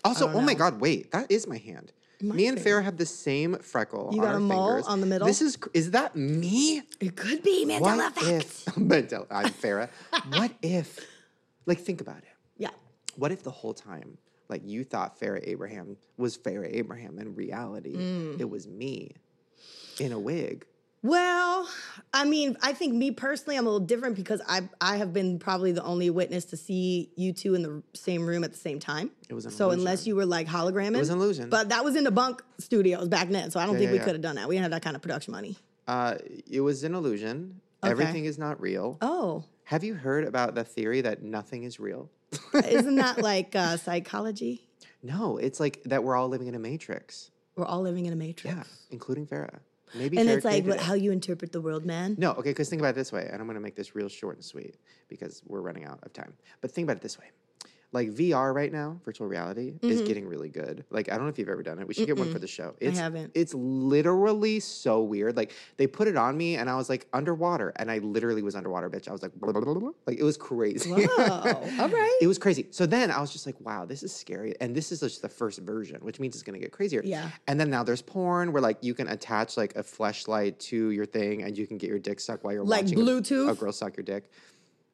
[SPEAKER 1] Also, oh my God, wait, that is my hand. me and Farrah have the same freckle.
[SPEAKER 2] You
[SPEAKER 1] on
[SPEAKER 2] got
[SPEAKER 1] our
[SPEAKER 2] a mole
[SPEAKER 1] fingers.
[SPEAKER 2] on the middle?
[SPEAKER 1] This is cr- is that me?
[SPEAKER 2] It could be Mandela
[SPEAKER 1] what
[SPEAKER 2] effect.
[SPEAKER 1] if Mandela, I'm Farah. what if, like, think about it.
[SPEAKER 2] Yeah.
[SPEAKER 1] What if the whole time, like, you thought Farah Abraham was Farah Abraham? In reality,
[SPEAKER 2] Mm.
[SPEAKER 1] it was me in a wig.
[SPEAKER 2] Well, I mean, I think me personally, I'm a little different because I I have been probably the only witness to see you two in the same room at the same time.
[SPEAKER 1] It was an
[SPEAKER 2] so unless
[SPEAKER 1] illusion.
[SPEAKER 2] you were like hologramming, it
[SPEAKER 1] was an illusion.
[SPEAKER 2] But that was in the bunk studios back then, so I don't think
[SPEAKER 1] yeah,
[SPEAKER 2] we
[SPEAKER 1] yeah.
[SPEAKER 2] could have done that. We didn't have that kind of production money.
[SPEAKER 1] Uh, it was an illusion. Everything is not real.
[SPEAKER 2] Oh,
[SPEAKER 1] Have you heard about the theory that nothing is real?
[SPEAKER 2] isn't that like uh, psychology?
[SPEAKER 1] No, it's like that we're all living in a matrix.
[SPEAKER 2] We're all living in a
[SPEAKER 1] Yeah,
[SPEAKER 2] matrix,
[SPEAKER 1] including Farah. Maybe
[SPEAKER 2] and
[SPEAKER 1] Farrah
[SPEAKER 2] it's like
[SPEAKER 1] created
[SPEAKER 2] what,
[SPEAKER 1] it.
[SPEAKER 2] how you interpret the world, man.
[SPEAKER 1] No, okay, because think about it this way, and I'm gonna make this real short and sweet because we're running out of time. But think about it this way. Like VR right now, virtual reality
[SPEAKER 2] Mm-hmm.
[SPEAKER 1] is getting really good. Like I don't know if you've ever done it. We should get one for the show. It's,
[SPEAKER 2] haven't.
[SPEAKER 1] It's literally so weird. Like they put it on me, and I was like underwater, and I literally was underwater, bitch. I was like, blah, blah, blah, blah, blah. like it was crazy.
[SPEAKER 2] Oh, all right.
[SPEAKER 1] It was crazy. So then I was just like, wow, this is scary. And this is just the first version, which means it's going to get crazier.
[SPEAKER 2] Yeah.
[SPEAKER 1] And then now there's porn where like you can attach like a flashlight to your thing and you can get your dick sucked while you're
[SPEAKER 2] Like
[SPEAKER 1] watching a-
[SPEAKER 2] Bluetooth?
[SPEAKER 1] A, girl suck your dick.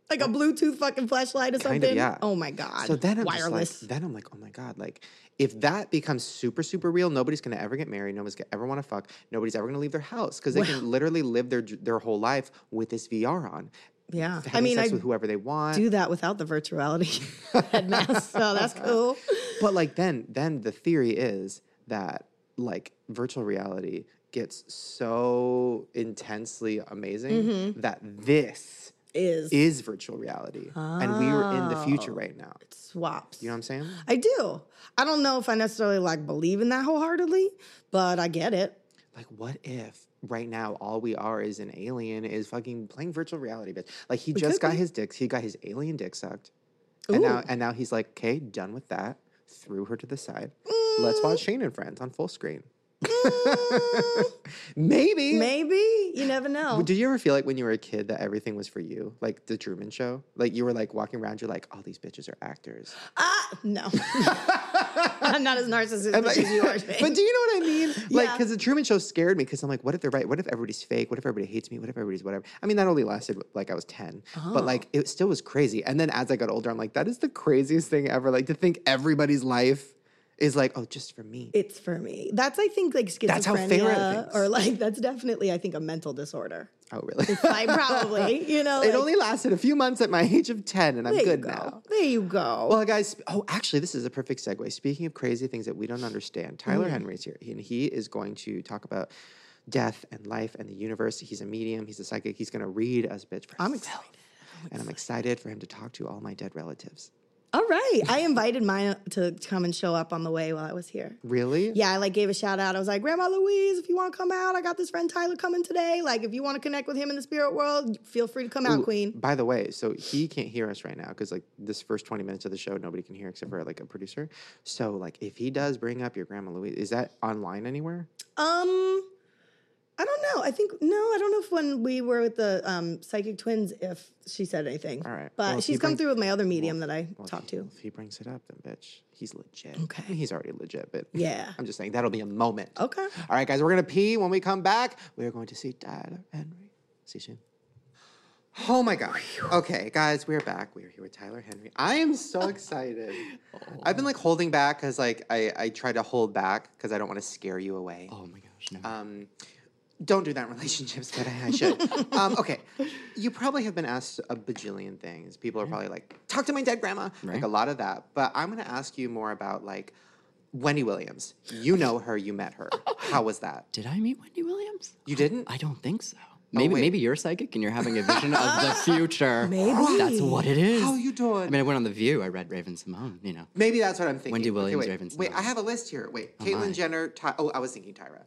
[SPEAKER 2] like a Bluetooth fucking flashlight or something.
[SPEAKER 1] Kind of, yeah.
[SPEAKER 2] Oh my god.
[SPEAKER 1] So then I'm just
[SPEAKER 2] wireless.
[SPEAKER 1] like, then I'm like, oh my God, like if that becomes super, super real, nobody's going to ever get married. Nobody's going to ever want to fuck. Nobody's ever going to leave their house because they can literally live their, their whole life with this VR on.
[SPEAKER 2] Yeah. I
[SPEAKER 1] having
[SPEAKER 2] mean,
[SPEAKER 1] sex
[SPEAKER 2] I
[SPEAKER 1] with whoever they want.
[SPEAKER 2] do that without the virtuality headmask. So that's cool.
[SPEAKER 1] But like then then the theory is that like virtual reality gets so intensely amazing that this
[SPEAKER 2] Is
[SPEAKER 1] is virtual reality and we are in the future right now.
[SPEAKER 2] swaps.
[SPEAKER 1] You know what I'm saying?
[SPEAKER 2] I do. I don't know if I necessarily like believe in that wholeheartedly, but I get it.
[SPEAKER 1] Like what if right now all we are is an alien is fucking playing virtual reality bitch. Like he just
[SPEAKER 2] could
[SPEAKER 1] got
[SPEAKER 2] be.
[SPEAKER 1] his dick, he got his alien dick sucked. And now
[SPEAKER 2] Ooh.
[SPEAKER 1] and now he's like, "Okay, done with that." Threw her to the side. Let's
[SPEAKER 2] Mm.
[SPEAKER 1] watch Shane and Friends on full screen. Maybe.
[SPEAKER 2] Maybe. You never know.
[SPEAKER 1] Well, Did you ever feel like when you were a kid that everything was for you? Like the Truman Show? Like you were like walking around, you're like, all these bitches are actors.
[SPEAKER 2] ah, no. I'm not as narcissistic
[SPEAKER 1] And, like-
[SPEAKER 2] as you are. Shane.
[SPEAKER 1] but do you know what I mean? Like,
[SPEAKER 2] Yeah.
[SPEAKER 1] because the Truman Show scared me because I'm like, what if they're right? What if everybody's fake? What if everybody hates me? What if everybody's whatever? I mean, that only lasted like I was 10, but
[SPEAKER 2] Oh.
[SPEAKER 1] like it still was crazy. And then as I got older, I'm like, that is the craziest thing ever. Like to think everybody's life is like, oh, just for me.
[SPEAKER 2] it's for me. That's I think like schizophrenia
[SPEAKER 1] That's how Farrah thinks.
[SPEAKER 2] or like that's definitely I think a mental disorder.
[SPEAKER 1] oh, really?
[SPEAKER 2] I probably, you know,
[SPEAKER 1] it
[SPEAKER 2] like,
[SPEAKER 1] only lasted a few months at my age of 10, and I'm
[SPEAKER 2] there you
[SPEAKER 1] good
[SPEAKER 2] go.
[SPEAKER 1] now.
[SPEAKER 2] There you go.
[SPEAKER 1] Well, guys, sp- oh, actually, this is a perfect segue. Speaking of crazy things that we don't understand,
[SPEAKER 2] Mm-hmm.
[SPEAKER 1] Tyler Henry's here, and he is going to talk about death and life and the universe. He's a medium, he's a psychic, he's going to read us, bitch. For
[SPEAKER 2] I'm
[SPEAKER 1] himself.
[SPEAKER 2] excited.
[SPEAKER 1] And I'm excited for him to talk to all my dead relatives.
[SPEAKER 2] All right. I invited mine to come and show up on the way while I was here.
[SPEAKER 1] Really?
[SPEAKER 2] Yeah, I like gave a shout out. I was like, Grandma Louise, if you want to come out, I got this friend Tyler coming today. Like, if you want to connect with him in the spirit world, feel free to come out,
[SPEAKER 1] Ooh,
[SPEAKER 2] Queen.
[SPEAKER 1] By the way, so he can't hear us right now because like this first twenty minutes of the show, nobody can hear except for like a producer. So like, if he does bring up your grandma Louise, is that online anywhere?
[SPEAKER 2] Um, I don't know. I think no, I don't know if when we were with the um, psychic twins, if she said anything.
[SPEAKER 1] All right.
[SPEAKER 2] But
[SPEAKER 1] Well, if
[SPEAKER 2] she's
[SPEAKER 1] you
[SPEAKER 2] come
[SPEAKER 1] bring-
[SPEAKER 2] through with my other medium that I
[SPEAKER 1] Well, if
[SPEAKER 2] talked
[SPEAKER 1] he-
[SPEAKER 2] to.
[SPEAKER 1] If he brings it up, then bitch, he's legit. I mean,
[SPEAKER 2] Okay.
[SPEAKER 1] he's already legit, but
[SPEAKER 2] Yeah. Oh.
[SPEAKER 1] I'm just saying that'll be a moment.
[SPEAKER 2] Okay.
[SPEAKER 1] All right, guys, we're gonna pee. When we come back, we are going to see Tyler Henry. See you soon. Oh my god. Okay, guys, we're back. We're here with Tyler Henry. I am so excited.
[SPEAKER 2] Oh.
[SPEAKER 1] I've been like holding back because like I, I try to hold back because I don't want to scare you away.
[SPEAKER 4] Oh my gosh, no.
[SPEAKER 1] Um, don't do that in relationships, but I, I should. um, okay, you probably have been asked a bajillion things. People are probably like, "Talk to my dead grandma," like
[SPEAKER 4] Mm-hmm. Right.
[SPEAKER 1] a lot of that. But I'm going to ask you more about like Wendy Williams. You know her. You met her. How was that?
[SPEAKER 4] Did I meet Wendy Williams?
[SPEAKER 1] You didn't?
[SPEAKER 4] I don't think so. Maybe
[SPEAKER 1] Oh, wait.
[SPEAKER 4] maybe you're psychic and you're having a vision of the future.
[SPEAKER 2] Maybe.
[SPEAKER 4] That's what it is.
[SPEAKER 1] How you doing?
[SPEAKER 4] I mean, I went on The View. I read Raven Simone, you know.
[SPEAKER 1] Maybe that's what I'm thinking. Okay,
[SPEAKER 4] Williams,
[SPEAKER 1] wait,
[SPEAKER 4] Raven
[SPEAKER 1] Wait, I
[SPEAKER 4] Simone.
[SPEAKER 1] have a list here. Wait, Caitlyn
[SPEAKER 4] my.
[SPEAKER 1] Jenner. Ty- oh, I was thinking Tyra.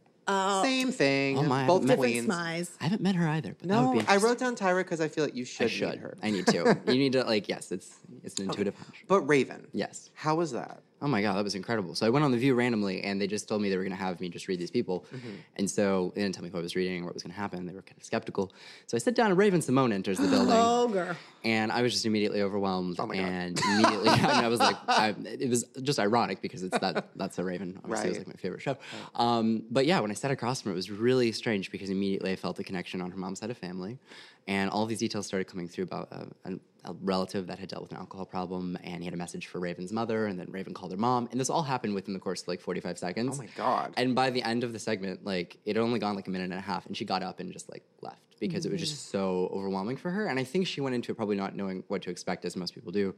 [SPEAKER 1] Same thing.
[SPEAKER 4] Oh my, I
[SPEAKER 1] Both
[SPEAKER 4] haven't met-
[SPEAKER 2] Different
[SPEAKER 1] queens.
[SPEAKER 2] smies.
[SPEAKER 4] I haven't met her either, but that would be
[SPEAKER 1] No, I
[SPEAKER 4] interesting.
[SPEAKER 1] wrote down Tyra because I feel like you should,
[SPEAKER 4] I
[SPEAKER 1] meet
[SPEAKER 4] should.
[SPEAKER 1] her.
[SPEAKER 4] I need to. You need to like yes, it's it's an intuitive hunch.
[SPEAKER 1] But Raven.
[SPEAKER 4] Yes.
[SPEAKER 1] How was that?
[SPEAKER 4] Oh my god, that was incredible. So I went on the View randomly, and they just told me they were going to have me just read these people,
[SPEAKER 1] Mm-hmm.
[SPEAKER 4] and so they didn't tell me who I was reading or what was going to happen. They were kind of skeptical. So I sit down, and Raven Simone enters the building.
[SPEAKER 2] Oh, girl.
[SPEAKER 4] and I was just immediately overwhelmed.
[SPEAKER 1] Oh my God.
[SPEAKER 4] and immediately, I, mean, I was like, I, it was just ironic because it's that that's a Raven. Obviously, it was
[SPEAKER 1] Right.
[SPEAKER 4] like my favorite show. Um, but yeah, when I sat across from her, it was really strange because immediately I felt the connection on her mom's side of family, and all these details started coming through about uh, an, a relative that had dealt with an alcohol problem, and he had a message for Raven's mother, and then Raven called her mom, and this all happened within the course of like forty five seconds.
[SPEAKER 1] Oh my God.
[SPEAKER 4] And by the end of the segment, like it had only gone like a minute and a half, and she got up and just like left because it was just
[SPEAKER 1] Mm-hmm.
[SPEAKER 4] so overwhelming for her. And I think she went into it probably not knowing what to expect, as most people do.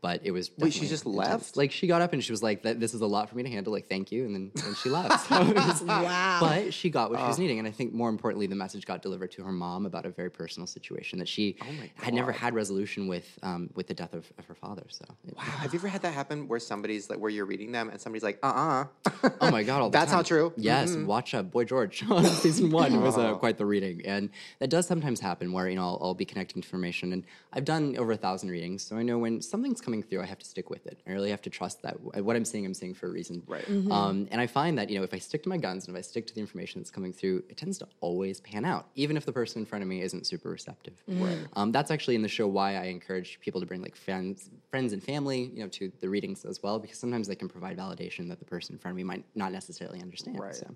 [SPEAKER 4] But it was.
[SPEAKER 1] Wait, she
[SPEAKER 4] definitely
[SPEAKER 1] just
[SPEAKER 4] intense.
[SPEAKER 1] left?
[SPEAKER 4] Like she got up and she was like, "That this is a lot for me to handle." Like, thank you, and then and she left. So it was-
[SPEAKER 1] Ah.
[SPEAKER 2] Wow.
[SPEAKER 4] But she got what she was needing, and I think more importantly, the message got delivered to her mom about a very personal situation that she
[SPEAKER 1] Oh my
[SPEAKER 4] had never
[SPEAKER 1] God.
[SPEAKER 4] had resolution with, um, with the death of, of her father. So it-
[SPEAKER 1] Wow, have you ever had that happen where somebody's like, where you're reading them and somebody's like, uh uh
[SPEAKER 4] Oh my god! All the
[SPEAKER 1] That's
[SPEAKER 4] time.
[SPEAKER 1] not true. Mm-hmm.
[SPEAKER 4] Yes, watch uh, Boy George on season one. It was uh, quite the reading, and that does sometimes happen where you know I'll, I'll be connecting to information, and I've done over a thousand readings, so I know when something's coming through, I have to stick with it. I really have to trust that w- what I'm seeing, I'm seeing for a reason.
[SPEAKER 1] Right.
[SPEAKER 4] Um, and I find that you know if I stick to my guns and if I stick to the information that's coming through, it tends to always pan out, even if the person in front of me isn't super receptive. Right. Um, that's actually in the show why I encourage people to bring like friends, friends and family, you know, to the readings as well, because sometimes they can provide validation that the person in front of me might not necessarily understand.
[SPEAKER 1] Right.
[SPEAKER 4] So,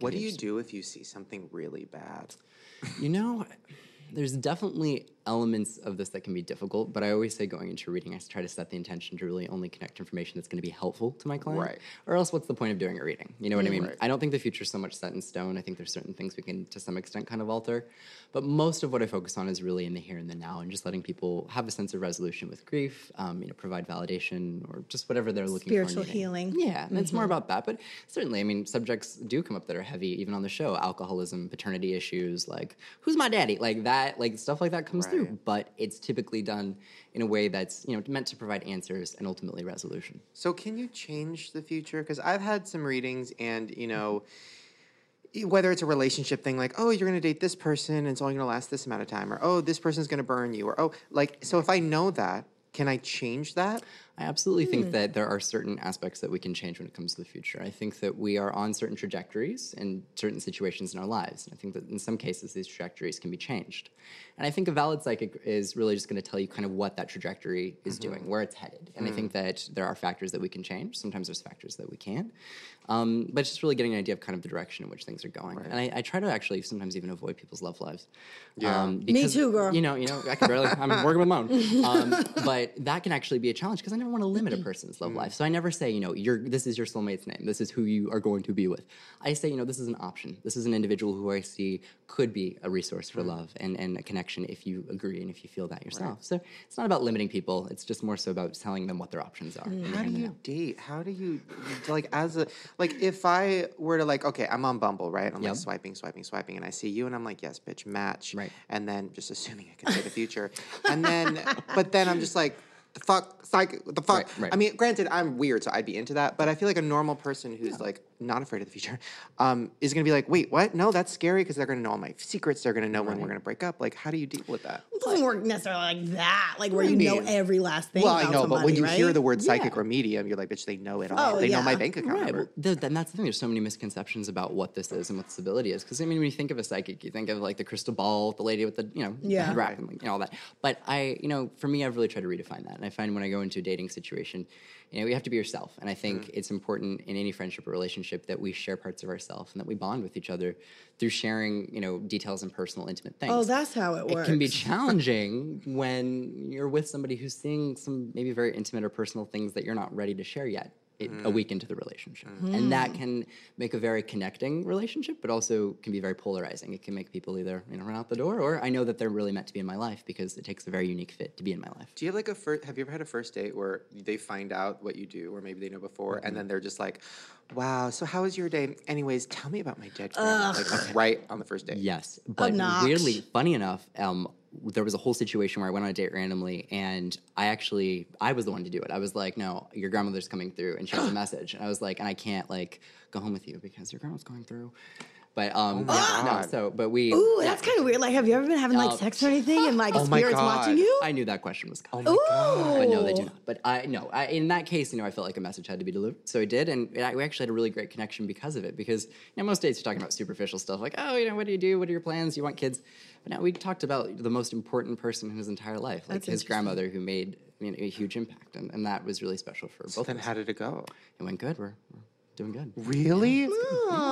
[SPEAKER 1] What do you do if you see something really bad?
[SPEAKER 4] you know, there's definitely elements of this that can be difficult, but I always say going into reading, I s- try to set the intention to really only connect information that's going to be helpful to my client.
[SPEAKER 1] Right.
[SPEAKER 4] Or else, what's the point of doing a reading? You know what I mean?
[SPEAKER 1] Right.
[SPEAKER 4] I don't think the future's so much set in stone. I think there's certain things we can, to some extent, kind of alter. But most of what I focus on is really in the here and the now and just letting people have a sense of resolution with grief, um, you know, provide validation or just whatever they're looking for.
[SPEAKER 2] Spiritual
[SPEAKER 4] in reading.
[SPEAKER 2] healing.
[SPEAKER 4] Yeah, and it's more about that. But certainly, I mean, subjects do come up that are heavy, even on the show. Alcoholism, paternity issues, like who's my daddy, like that, like stuff like that comes through. But it's typically done in a way that's you know meant to provide answers and ultimately resolution.
[SPEAKER 1] So can you change the future? Because I've had some readings, and you know,
[SPEAKER 4] Mm-hmm.
[SPEAKER 1] e- whether it's a relationship thing, like oh, you're going to date this person, and it's only going to last this amount of time, or oh, this person's going to burn you, or oh, like so. If I know that, can I change that?
[SPEAKER 4] I absolutely
[SPEAKER 2] Hmm.
[SPEAKER 4] think that there are certain aspects that we can change when it comes to the future. I think that we are on certain trajectories in certain situations in our lives. And I think that in some cases, these trajectories can be changed. And I think a valid psychic is really just going to tell you kind of what that trajectory is
[SPEAKER 2] Mm-hmm.
[SPEAKER 4] doing, where it's headed.
[SPEAKER 2] Hmm.
[SPEAKER 4] And I think that there are factors that we can change. Sometimes there's factors that we can't. Um, but it's just really getting an idea of kind of the direction in which things are going. And I, I try to actually sometimes even avoid people's love lives. Yeah. Um, because,
[SPEAKER 2] too, girl.
[SPEAKER 4] you you know, you know, I can barely. I'm working with my own, um, but that can actually be a challenge because I never want to limit a
[SPEAKER 1] Mm-hmm.
[SPEAKER 4] person's love life. So I never say, you know, you're this is your soulmate's name. This is who you are going to be with. I say, you know, this is an option. This is an individual who I see could be a resource
[SPEAKER 1] Mm-hmm.
[SPEAKER 4] for love and and a connection if you agree and if you feel that yourself. So it's not about limiting people. It's just more so about telling them what their options are.
[SPEAKER 1] Mm.
[SPEAKER 4] and
[SPEAKER 1] How do
[SPEAKER 4] letting them
[SPEAKER 1] you date? How do you like as a like if I were to like okay, I'm on Bumble, right? I'm
[SPEAKER 4] Yep.
[SPEAKER 1] like swiping, swiping, swiping, and I see you, and I'm like, yes, bitch, match,
[SPEAKER 4] Right.
[SPEAKER 1] And then just assuming I can see the future, and then but then I'm just like. The fuck, psych, the fuck.
[SPEAKER 4] Right, right.
[SPEAKER 1] I mean, granted, I'm weird, so I'd be into that. But I feel like a normal person who's like not afraid of the future um, is gonna be like, wait, what? No, that's scary because they're gonna know all my secrets. They're gonna know when we're gonna break up. Like, how do you deal with that?
[SPEAKER 2] It doesn't work necessarily like that, like where
[SPEAKER 1] do
[SPEAKER 2] you
[SPEAKER 1] you
[SPEAKER 2] know
[SPEAKER 1] mean?
[SPEAKER 2] every last thing.
[SPEAKER 1] Well, I
[SPEAKER 2] about
[SPEAKER 1] know, but when
[SPEAKER 2] somebody,
[SPEAKER 1] you hear
[SPEAKER 2] right?
[SPEAKER 1] the word psychic
[SPEAKER 4] Yeah.
[SPEAKER 1] or medium, you're like, bitch, they know it all.
[SPEAKER 2] Oh,
[SPEAKER 1] they know my
[SPEAKER 2] yeah.
[SPEAKER 1] bank account
[SPEAKER 2] Right,
[SPEAKER 1] number.
[SPEAKER 4] Well, th- then that's the thing. There's so many misconceptions about what this is and what stability is. Because I mean, when you think of a psychic, you think of like the crystal ball, the lady with the you know
[SPEAKER 2] Yeah.
[SPEAKER 4] head wrap and like, you know, all that. But I, you know, for me, I've really tried to redefine that. And I find when I go into a dating situation, you know, you have to be yourself. And I think
[SPEAKER 2] Mm.
[SPEAKER 4] it's important in any friendship or relationship that we share parts of ourselves and that we bond with each other through sharing, you know, details and personal, intimate things.
[SPEAKER 2] Oh, that's how it works.
[SPEAKER 4] It can be challenging when you're with somebody who's seeing some maybe very intimate or personal things that you're not ready to share yet it,
[SPEAKER 2] Mm.
[SPEAKER 4] a week into the relationship. And that can make a very connecting relationship, but also can be very polarizing. It can make people either, you know, run out the door or I know that they're really meant to be in my life because it takes a very unique fit to be in my life.
[SPEAKER 1] Do you have like a first? Have you ever had a first date where they find out what you do, or maybe they know before,
[SPEAKER 4] Mm-hmm.
[SPEAKER 1] and then they're just like, "Wow, so how was your day? Anyways, tell me about my dead grandma." Like right on the first date.
[SPEAKER 4] Yes, but
[SPEAKER 2] Obnox.
[SPEAKER 4] weirdly, funny enough, um, there was a whole situation where I went on a date randomly, and I actually I was the one to do it. I was like, "No, your grandmother's coming through," and she has a message, and I was like, "And I can't like go home with you because your grandma's going through." But um,
[SPEAKER 1] Oh my
[SPEAKER 4] yeah, no,
[SPEAKER 1] God.
[SPEAKER 4] so but we
[SPEAKER 2] Ooh,
[SPEAKER 4] yeah.
[SPEAKER 2] that's kind of weird. Like, have you ever been having like
[SPEAKER 4] Oh.
[SPEAKER 2] sex or anything, and like a
[SPEAKER 1] Oh my
[SPEAKER 2] spirit's watching
[SPEAKER 1] God.
[SPEAKER 2] you?
[SPEAKER 4] I knew that question was coming.
[SPEAKER 1] Oh my
[SPEAKER 4] But no, they
[SPEAKER 2] Ooh.
[SPEAKER 4] do not. But I no. I, in that case, you know, I felt like a message had to be delivered, so I did, and I, we actually had a really great connection because of it. Because you know, most dates you're talking about superficial stuff, like oh, you know, what do you do? What are your plans? You want kids? But now we talked about the most important person in his entire life, like
[SPEAKER 2] That's
[SPEAKER 4] his
[SPEAKER 2] interesting.
[SPEAKER 4] grandmother, who made you know, a huge impact, and, and that was really special for both.
[SPEAKER 1] Then
[SPEAKER 4] of us.
[SPEAKER 1] how did it go?
[SPEAKER 4] It went good. We're, we're doing good.
[SPEAKER 1] Really?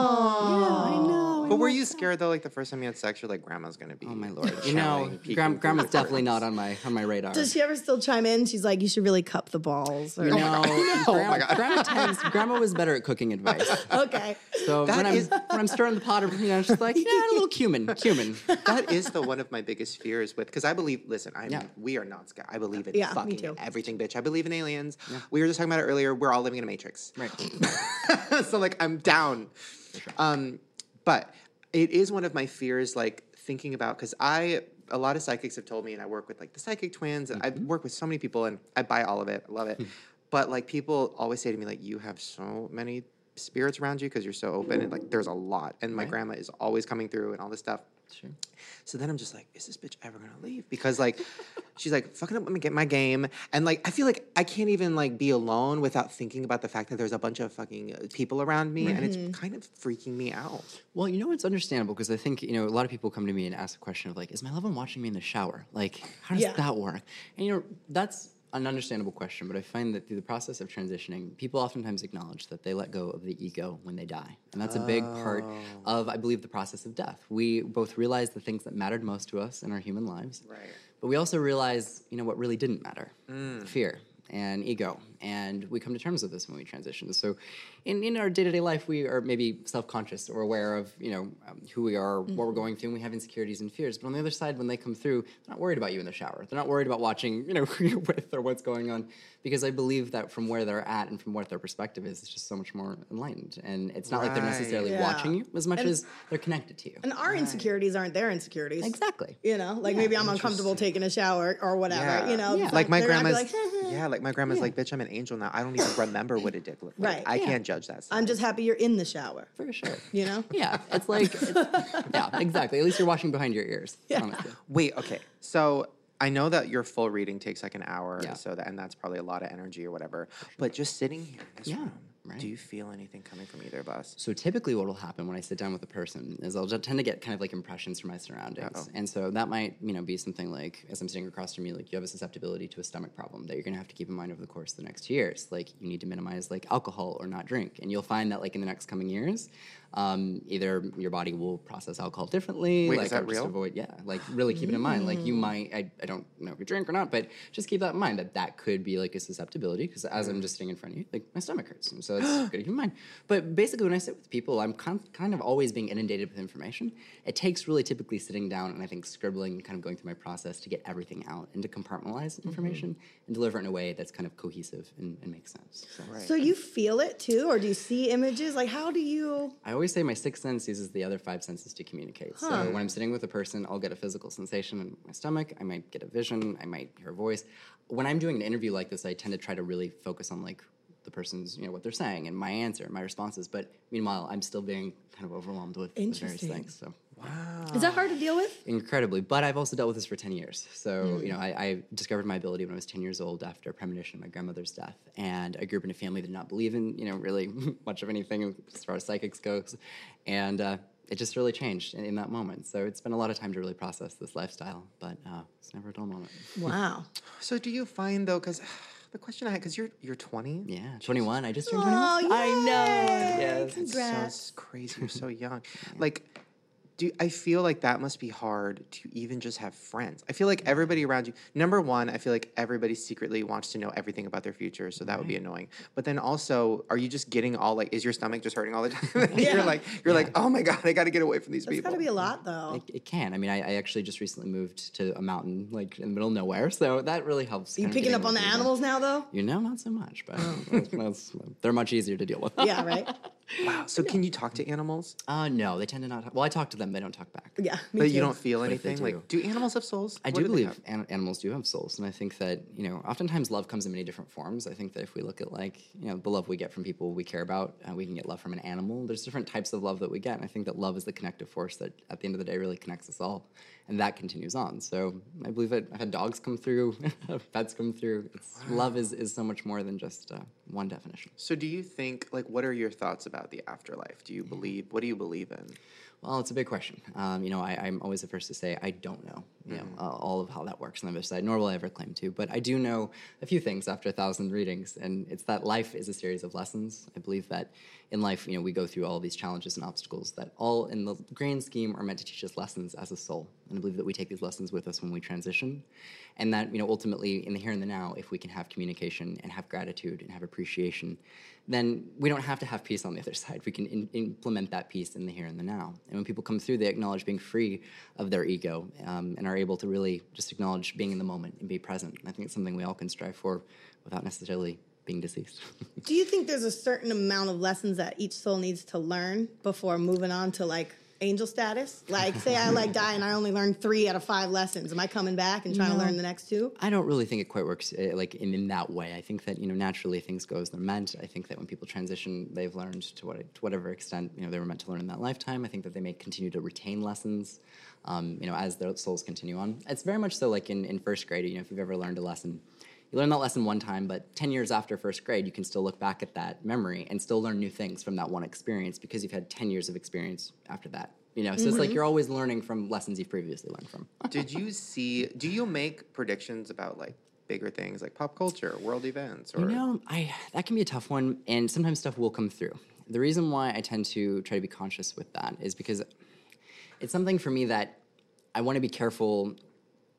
[SPEAKER 2] Oh, I know.
[SPEAKER 1] But were you scared though? Like the first time you had sex, you're like, "Grandma's gonna be."
[SPEAKER 4] Oh my lord! You know,
[SPEAKER 1] peeking
[SPEAKER 4] Gram-
[SPEAKER 1] through
[SPEAKER 4] grandma's
[SPEAKER 1] the
[SPEAKER 4] definitely
[SPEAKER 1] curtains.
[SPEAKER 4] not on my on my radar.
[SPEAKER 2] Does she ever still chime in? She's like, you should really cup the balls. Or,
[SPEAKER 4] you know,
[SPEAKER 1] Oh my
[SPEAKER 4] grandma, grandma, tends, grandma was better at cooking advice.
[SPEAKER 2] okay.
[SPEAKER 4] So
[SPEAKER 1] That
[SPEAKER 4] when I'm
[SPEAKER 1] is-
[SPEAKER 4] when I'm stirring the pot, you know, I'm just like, yeah, a little cumin, cumin.
[SPEAKER 1] that is the one of my biggest fears with because I believe. Listen, I
[SPEAKER 4] Yeah.
[SPEAKER 1] am we are not scared. I believe in
[SPEAKER 2] Yeah, me
[SPEAKER 1] fucking
[SPEAKER 2] too.
[SPEAKER 1] everything, bitch. I believe in aliens. We were just talking about it earlier. We're all living in a matrix.
[SPEAKER 4] Right.
[SPEAKER 1] so like I'm down. Um, but it is one of my fears, like thinking about because I a lot of psychics have told me, and I work with like the psychic twins, and
[SPEAKER 2] Mm-hmm.
[SPEAKER 1] I work with so many people, and I buy all of it. I love
[SPEAKER 2] Hmm.
[SPEAKER 1] it. but like people always say to me, like you have so many spirits around you because you're so open, and like there's a lot, and my grandma is always coming through, and all this stuff.
[SPEAKER 4] Sure.
[SPEAKER 1] So then I'm just like, is this bitch ever gonna leave? Because like, she's like, fucking up, let me get my game. And like, I feel like I can't even like be alone without thinking about the fact that there's a bunch of fucking uh, people around me, and
[SPEAKER 2] Mm-hmm.
[SPEAKER 1] it's kind of freaking me out.
[SPEAKER 4] Well, you know, it's understandable because I think you know a lot of people come to me and ask the question of like, is my loved one watching me in the shower? Like, how does
[SPEAKER 2] Yeah.
[SPEAKER 4] that work? And you know, that's an understandable question, but I find that through the process of transitioning, people oftentimes acknowledge that they let go of the ego when they die. And that's a big part
[SPEAKER 1] Oh.
[SPEAKER 4] of, I believe, the process of death. We both realize the things that mattered most to us in our human lives.
[SPEAKER 1] Right. Mm.
[SPEAKER 4] But we also realize, you know, what really didn't matter fear and ego. And we come to terms with this when we transition. So in, in our day to day life, we are maybe self conscious or aware of, you know, um, who we are, what
[SPEAKER 2] Mm-hmm.
[SPEAKER 4] we're going through, and we have insecurities and fears. But on the other side, when they come through, they're not worried about you in the shower. They're not worried about watching, you know, who you're with or what's going on. Because I believe that from where they're at and from what their perspective is, it's just so much more enlightened. And it's not like they're
[SPEAKER 1] Right.
[SPEAKER 4] necessarily
[SPEAKER 2] Yeah.
[SPEAKER 4] watching you as much as they're connected to you.
[SPEAKER 2] And our insecurities aren't their insecurities.
[SPEAKER 4] Exactly.
[SPEAKER 2] You know, like maybe I'm uncomfortable taking a shower or whatever. You know,
[SPEAKER 4] Yeah.
[SPEAKER 2] It's
[SPEAKER 1] like my
[SPEAKER 2] they're not
[SPEAKER 1] grandma's.
[SPEAKER 2] gonna be like,
[SPEAKER 1] yeah, like my grandma's like, bitch, I'm an angel now. I don't even remember what it did look like.
[SPEAKER 2] Right,
[SPEAKER 1] I
[SPEAKER 2] yeah.
[SPEAKER 1] can't judge that. Stuff.
[SPEAKER 2] I'm just happy you're in the shower.
[SPEAKER 4] For sure.
[SPEAKER 2] You know,
[SPEAKER 4] Yeah, it's like, it's- yeah, exactly. At least you're watching behind your ears.
[SPEAKER 2] Yeah.
[SPEAKER 4] Honestly.
[SPEAKER 1] Wait, okay. So I know that your full reading takes like an hour,
[SPEAKER 4] Yeah.
[SPEAKER 1] so that and that's probably a lot of energy or whatever. But just sitting here in this
[SPEAKER 4] Yeah,
[SPEAKER 1] room,
[SPEAKER 4] right.
[SPEAKER 1] do you feel anything coming from either of us?
[SPEAKER 4] So typically, what will happen when I sit down with a person is I'll just tend to get kind of like impressions from my surroundings, and so that might you know be something like as I'm sitting across from you, like you have a susceptibility to a stomach problem that you're going to have to keep in mind over the course of the next years. Like you need to minimize like alcohol or not drink, and you'll find that like in the next coming years, um, either your body will process alcohol differently.
[SPEAKER 1] Wait, is
[SPEAKER 4] like,
[SPEAKER 1] that
[SPEAKER 4] or just
[SPEAKER 1] real?
[SPEAKER 4] avoid- yeah, like really keep it in mind. Like you might, I, I don't know if you drink or not, but just keep that in mind that that could be like a susceptibility because as I'm just sitting in front of you, like my stomach hurts. And so it's good to keep in mind. But basically, when I sit with people, I'm con- kind of always being inundated with information. It takes really typically sitting down and I think scribbling and kind of going through my process to get everything out and to compartmentalize information and deliver it in a way that's kind of cohesive and, and makes sense. So.
[SPEAKER 2] so you feel it too, or do you see images? Like, how do you?
[SPEAKER 4] I always say my sixth sense uses the other five senses to communicate. So when I'm sitting with a person, I'll get a physical sensation in my stomach. I might get a vision. I might hear a voice. When I'm doing an interview like this, I tend to try to really focus on like the person's, you know, what they're saying and my answer and my responses. But meanwhile, I'm still being kind of overwhelmed with, with various
[SPEAKER 2] Interesting.
[SPEAKER 4] things. So
[SPEAKER 2] Is that hard to deal with?
[SPEAKER 4] incredibly. But I've also dealt with this for 10 years. So, you
[SPEAKER 2] Mm.
[SPEAKER 4] know, I, I discovered my ability when I was 10 years old after a premonition of my grandmother's death. And I grew up in a family that did not believe in, you know, really much of anything as far as psychics goes. And uh, it just really changed in, in that moment. So it's been a lot of time to really process this lifestyle, but uh, it's never a dull moment.
[SPEAKER 2] Wow.
[SPEAKER 1] So do you find though, because the question I had, because you're you're 20.
[SPEAKER 4] Yeah, 21. I just turned 21.
[SPEAKER 2] Oh, yeah.
[SPEAKER 4] I know. Yes.
[SPEAKER 1] So
[SPEAKER 2] Congrats.
[SPEAKER 1] it's crazy. You're so young. Like, do I feel like that must be hard to even just have friends? I feel like everybody around you. Number one, I feel like everybody secretly wants to know everything about their future, so that would be annoying. But then also, are you just getting all like? Is your stomach just hurting all the time?
[SPEAKER 2] Yeah.
[SPEAKER 1] you're like, you're like, oh my god, I got to get away from these
[SPEAKER 2] It's
[SPEAKER 1] people.
[SPEAKER 2] got to be a lot, though.
[SPEAKER 4] It, it can. I mean, I, I actually just recently moved to a mountain, like in the middle of nowhere. So that really helps.
[SPEAKER 2] you
[SPEAKER 4] kind of
[SPEAKER 2] picking
[SPEAKER 4] getting
[SPEAKER 2] up on the
[SPEAKER 4] away from
[SPEAKER 2] animals now, though?
[SPEAKER 4] You know, not so much, but that's, that's, they're much easier to deal with.
[SPEAKER 2] Oh. Yeah. Right.
[SPEAKER 1] Wow. So can you talk to animals?
[SPEAKER 4] Uh, no, they tend to not. Talk. Well, I talk to them; they don't talk back.
[SPEAKER 2] Yeah.
[SPEAKER 1] But
[SPEAKER 2] Me too.
[SPEAKER 1] you don't feel
[SPEAKER 4] they
[SPEAKER 1] anything. Like, do animals have souls?
[SPEAKER 4] I
[SPEAKER 1] What
[SPEAKER 4] do
[SPEAKER 1] they
[SPEAKER 4] believe
[SPEAKER 1] have?
[SPEAKER 4] an- animals do have souls, and I think that you know, oftentimes love comes in many different forms. I think that if we look at like you know the love we get from people we care about, uh, we can get love from an animal. There's different types of love that we get, and I think that love is the connective force that at the end of the day really connects us all, and that continues on. So I believe that I've had dogs come through, pets come through. It's, Love is is so much more than just uh, one definition.
[SPEAKER 1] So do you think like what are your thoughts about the afterlife? Do you believe what do you believe in?
[SPEAKER 4] Well, it's a big question. Um, you know, I, I'm always the first to say I don't know, you know, uh, all of how that works on the other side, nor will I ever claim to. But I do know a few things after a thousand readings, and it's that life is a series of lessons. I believe that in life, you know, we go through all these challenges and obstacles that all in the grand scheme are meant to teach us lessons as a soul. And I believe that we take these lessons with us when we transition, and that, you know, ultimately in the here and the now, if we can have communication and have gratitude and have appreciation, then we don't have to have peace on the other side. We can in- implement that peace in the here and the now. And when people come through, they acknowledge being free of their ego um, and are able to really just acknowledge being in the moment and be present. And I think it's something we all can strive for without necessarily being deceased.
[SPEAKER 2] Do you think there's a certain amount of lessons that each soul needs to learn before moving on to like angel status? Like, say I like die and I only learned three out of five lessons. Am I coming back and trying to learn the next two?
[SPEAKER 4] I don't really think it quite works uh, like in, in that way. I think that you know naturally things go as they're meant. I think that when people transition, they've learned to what to whatever extent you know they were meant to learn in that lifetime. I think that they may continue to retain lessons, um, you know, as their souls continue on. It's very much so like in, in first grade. You know, if you've ever learned a lesson, you learn that lesson one time, but 10 years after first grade, you can still look back at that memory and still learn new things from that one experience because you've had 10 years of experience after that. You know, so it's like you're always learning from lessons you've previously learned from.
[SPEAKER 1] Did you see do you make predictions about like bigger things like pop culture, world events, or
[SPEAKER 4] You know, I that can be a tough one, and sometimes stuff will come through. The reason why I tend to try to be conscious with that is because it's something for me that I want to be careful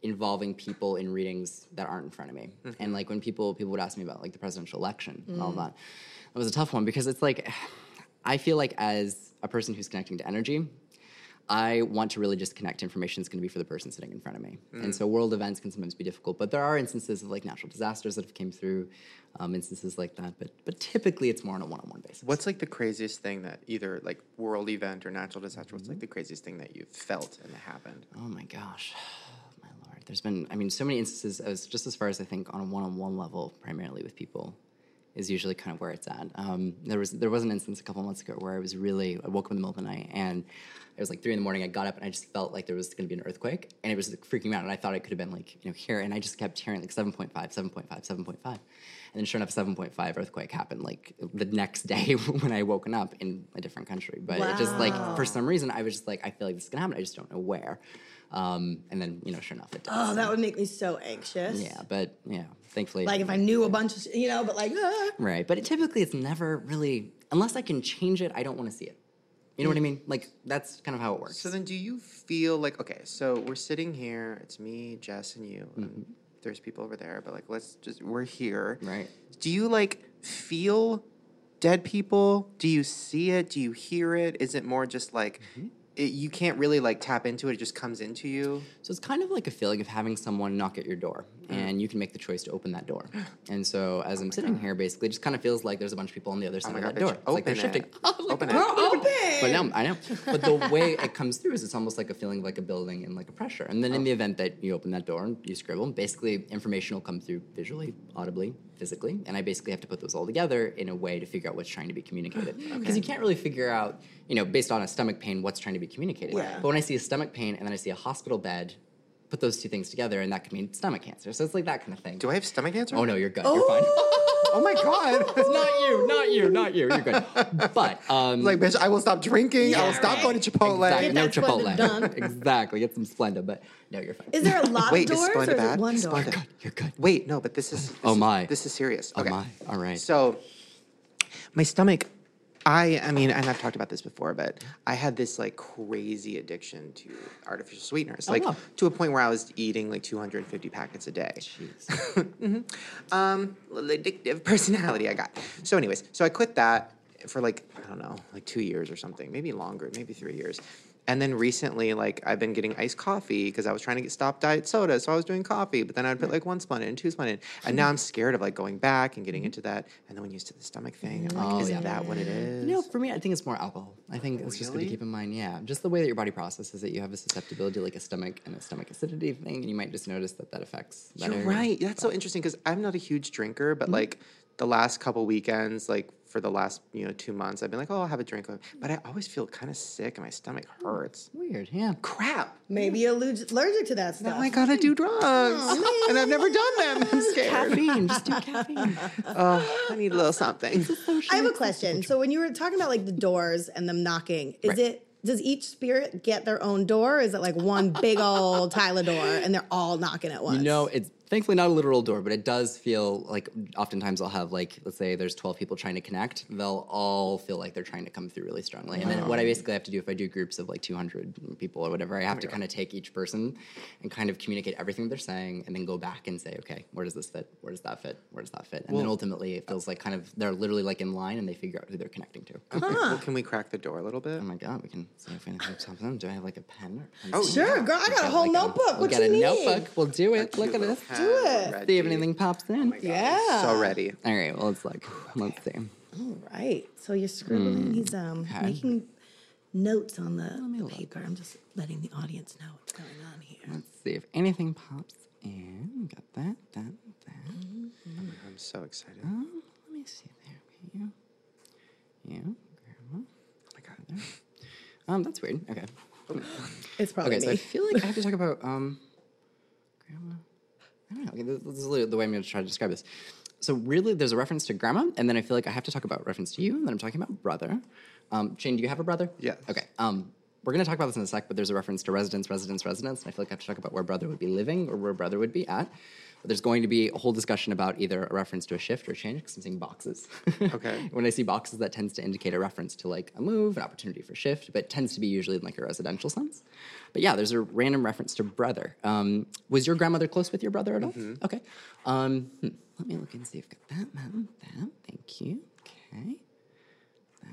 [SPEAKER 4] involving people in readings that aren't in front of me. And like when people people would ask me about like the presidential election and all that, that was a tough one because it's like I feel like as a person who's connecting to energy, I want to really just connect information that's going to be for the person sitting in front of me. And so world events can sometimes be difficult, but there are instances of like natural disasters that have came through, um, instances like that. But but typically it's more on a one-on-one basis.
[SPEAKER 1] what's like the craziest thing that either like world event or natural disaster? What's like the craziest thing that you've felt and that happened?
[SPEAKER 4] Oh my gosh, my lord. There's been, I mean, so many instances. As just as far as I think on a one-on-one level, primarily with people, is usually kind of where it's at. Um, there was there was an instance a couple months ago where I was really I woke up in the middle of the night and it was like three in the morning. I got up and I just felt like there was going to be an earthquake and it was like, freaking me out. And I thought it could have been like you know here and I just kept hearing like 7.5, 7.5, 7.5, and then sure enough, 7.5 earthquake happened like the next day when I woken up in a different country. But it just like
[SPEAKER 2] Oh.
[SPEAKER 4] for some reason I was just like I feel like this is gonna happen. I just don't know where. Um, and then you know sure enough it does.
[SPEAKER 2] Oh, that would make me so anxious.
[SPEAKER 4] yeah, but yeah, thankfully
[SPEAKER 2] Like if I knew a bunch of, sh- you know, but like, ah.
[SPEAKER 4] Right. But it, typically, it's never really, unless I can change it, I don't want to see it. You know what I mean? Like, that's kind of how it works.
[SPEAKER 1] So then, do you feel like okay? So we're sitting here. It's me, Jess, and you.
[SPEAKER 4] Mm-hmm.
[SPEAKER 1] And there's people over there, but like, let's just we're here.
[SPEAKER 4] Right.
[SPEAKER 1] Do you like feel dead people? Do you see it? Do you hear it? Is it more just like
[SPEAKER 4] Mm-hmm.
[SPEAKER 1] it, you can't really like tap into it? It just comes into you.
[SPEAKER 4] So it's kind of like a feeling of having someone knock at your door,
[SPEAKER 1] Mm.
[SPEAKER 4] and you can make the choice to open that door. And so,
[SPEAKER 1] Oh
[SPEAKER 4] as I'm sitting here, basically, it just kind of feels like there's a bunch of people on the other side
[SPEAKER 1] my
[SPEAKER 4] of
[SPEAKER 1] God,
[SPEAKER 4] that
[SPEAKER 1] bitch,
[SPEAKER 4] door. It's like they're
[SPEAKER 1] open
[SPEAKER 4] shifting.
[SPEAKER 1] it.
[SPEAKER 4] I'm like,
[SPEAKER 1] Open it.
[SPEAKER 4] "Girl,
[SPEAKER 1] Open
[SPEAKER 4] But no, I know. But the way it comes through is it's almost like a feeling of like a building and like a pressure. And
[SPEAKER 1] Oh.
[SPEAKER 4] then in the event that you open that door and you scribble, basically information will come through visually, audibly, physically, and I basically have to put those all together in a way to figure out what's trying to be communicated. Because you can't really figure out, you know, based on a stomach pain, what's trying to be communicated.
[SPEAKER 2] Yeah.
[SPEAKER 4] But when I see a stomach pain and then I see a hospital bed, put those two things together, and that could mean stomach cancer. So it's like that kind of thing.
[SPEAKER 1] Do I have stomach cancer?
[SPEAKER 4] Oh no, you're good. You're fine.
[SPEAKER 1] Oh my god!
[SPEAKER 4] not you, not you, not you. You're good. But um,
[SPEAKER 1] like, bitch, I will stop drinking. I
[SPEAKER 2] Yeah,
[SPEAKER 1] will stop
[SPEAKER 2] right.
[SPEAKER 1] going to Chipotle.
[SPEAKER 4] Exactly. No
[SPEAKER 2] Get that Splenda done.
[SPEAKER 4] Chipotle. exactly. Get some Splenda, but no, you're fine.
[SPEAKER 2] is there a lot
[SPEAKER 1] Wait,
[SPEAKER 2] of
[SPEAKER 1] is
[SPEAKER 2] doors or
[SPEAKER 1] Splenda
[SPEAKER 2] is it
[SPEAKER 1] bad?
[SPEAKER 2] one door?
[SPEAKER 4] You're good. You're good.
[SPEAKER 1] Wait, no, but this is. This
[SPEAKER 4] Oh
[SPEAKER 1] is-
[SPEAKER 4] my.
[SPEAKER 1] this is serious.
[SPEAKER 4] Oh
[SPEAKER 1] Okay.
[SPEAKER 4] my. All right.
[SPEAKER 1] So, my stomach. I, I mean, and I've talked about this before, but I had this like crazy addiction to artificial sweeteners, like
[SPEAKER 4] Oh, wow.
[SPEAKER 1] to a point where I was eating like 250 packets a day.
[SPEAKER 4] Jeez.
[SPEAKER 1] Um, little addictive personality I got. So, anyways, so I quit that for like I don't know, like two years or something, maybe longer, maybe three years. And then recently, like I've been getting iced coffee because I was trying to get stop diet soda, so I was doing coffee. But then I'd put like one splenda in, two splenda in, and now I'm scared of like going back and getting into that. And then when you used to the stomach thing, I'm like,
[SPEAKER 4] Mm-hmm. Oh,
[SPEAKER 1] is
[SPEAKER 4] yeah.
[SPEAKER 1] that what it is?
[SPEAKER 4] No, for me, I think it's more alcohol. I think it's just good
[SPEAKER 1] Really?
[SPEAKER 4] to keep in mind. Yeah, just the way that your body processes it. You have a susceptibility, like a stomach and a stomach acidity thing, and you might just notice that that affects. That
[SPEAKER 1] You're
[SPEAKER 4] area.
[SPEAKER 1] right. That's so interesting because I'm not a huge drinker, but like the last couple weekends, like for the last you know two months, I've been like, oh, I'll have a drink, but I always feel kind of sick and my stomach hurts.
[SPEAKER 4] Weird. Yeah.
[SPEAKER 1] Crap.
[SPEAKER 2] Maybe you're allerg- allergic to that stuff.
[SPEAKER 1] Now I gotta do drugs, and I've never done them. I'm scared.
[SPEAKER 4] Caffeine. Just do caffeine.
[SPEAKER 1] Oh, I need a little something.
[SPEAKER 2] I have a question. So when you were talking about like the doors and them knocking, is
[SPEAKER 4] Right.
[SPEAKER 2] it does each spirit get their own door? Or is it like one big old Tyler door and they're all knocking at once?
[SPEAKER 4] You know, it's thankfully not a literal door, but it does feel like oftentimes I'll have like let's say there's 12 people trying to connect, they'll all feel like they're trying to come through really strongly. And then what I basically have to do if I do groups of like 200 people or whatever, I have to kind of take each person and kind of communicate everything they're saying and then go back and say, okay, where does this fit? Where does that fit? Where does that fit? And then ultimately it feels like kind of they're literally like in line and they figure out who they're connecting to.
[SPEAKER 1] Well, can we crack the door a little bit?
[SPEAKER 4] Oh my god, we can see if we can hook something. Do I have like a pen or
[SPEAKER 1] Oh,
[SPEAKER 4] pencil?
[SPEAKER 2] Sure, girl, I got a
[SPEAKER 4] Got,
[SPEAKER 2] whole
[SPEAKER 4] like,
[SPEAKER 2] notebook.
[SPEAKER 4] we'll
[SPEAKER 2] what
[SPEAKER 4] get
[SPEAKER 2] you
[SPEAKER 4] a
[SPEAKER 2] need?
[SPEAKER 4] notebook. We'll do it. Look at this.
[SPEAKER 1] Do Oh
[SPEAKER 2] it.
[SPEAKER 4] See if anything pops in.
[SPEAKER 2] Yeah.
[SPEAKER 1] So ready.
[SPEAKER 4] All right. Well, it's like let's see.
[SPEAKER 2] All right. So you're
[SPEAKER 4] Mm.
[SPEAKER 2] scribbling. He's um making notes on the paper. I'm just letting the audience know what's going on here.
[SPEAKER 4] Let's see if anything pops in. We got that, that, that.
[SPEAKER 1] I'm so excited.
[SPEAKER 4] Um, let me see. There we go. Yeah, grandma. Oh my god. There. Um, that's weird. Okay.
[SPEAKER 2] It's probably
[SPEAKER 4] Okay. So I
[SPEAKER 2] me.
[SPEAKER 4] feel like I have to talk about um, grandma. I don't know. Okay, this, this is literally the way I'm going to try to describe this. So really, there's a reference to grandma, and then I feel like I have to talk about reference to you, and then I'm talking about brother. Um, Shane, do you have a brother?
[SPEAKER 1] Yes.
[SPEAKER 4] Okay. Um, we're going to talk about this in a sec, but there's a reference to residence, residence, residence, and I feel like I have to talk about where brother would be living or where brother would be at. But there's going to be a whole discussion about either a reference to a shift or a change because I'm seeing boxes.
[SPEAKER 1] Okay.
[SPEAKER 4] when I see boxes, that tends to indicate a reference to like a move, an opportunity for shift, but tends to be usually in like a residential sense. But yeah, there's a random reference to brother. Um, was your grandmother close with your brother at all? Okay. Um, hmm, let me look and see if I've got that, that, that. Thank you. Okay. That,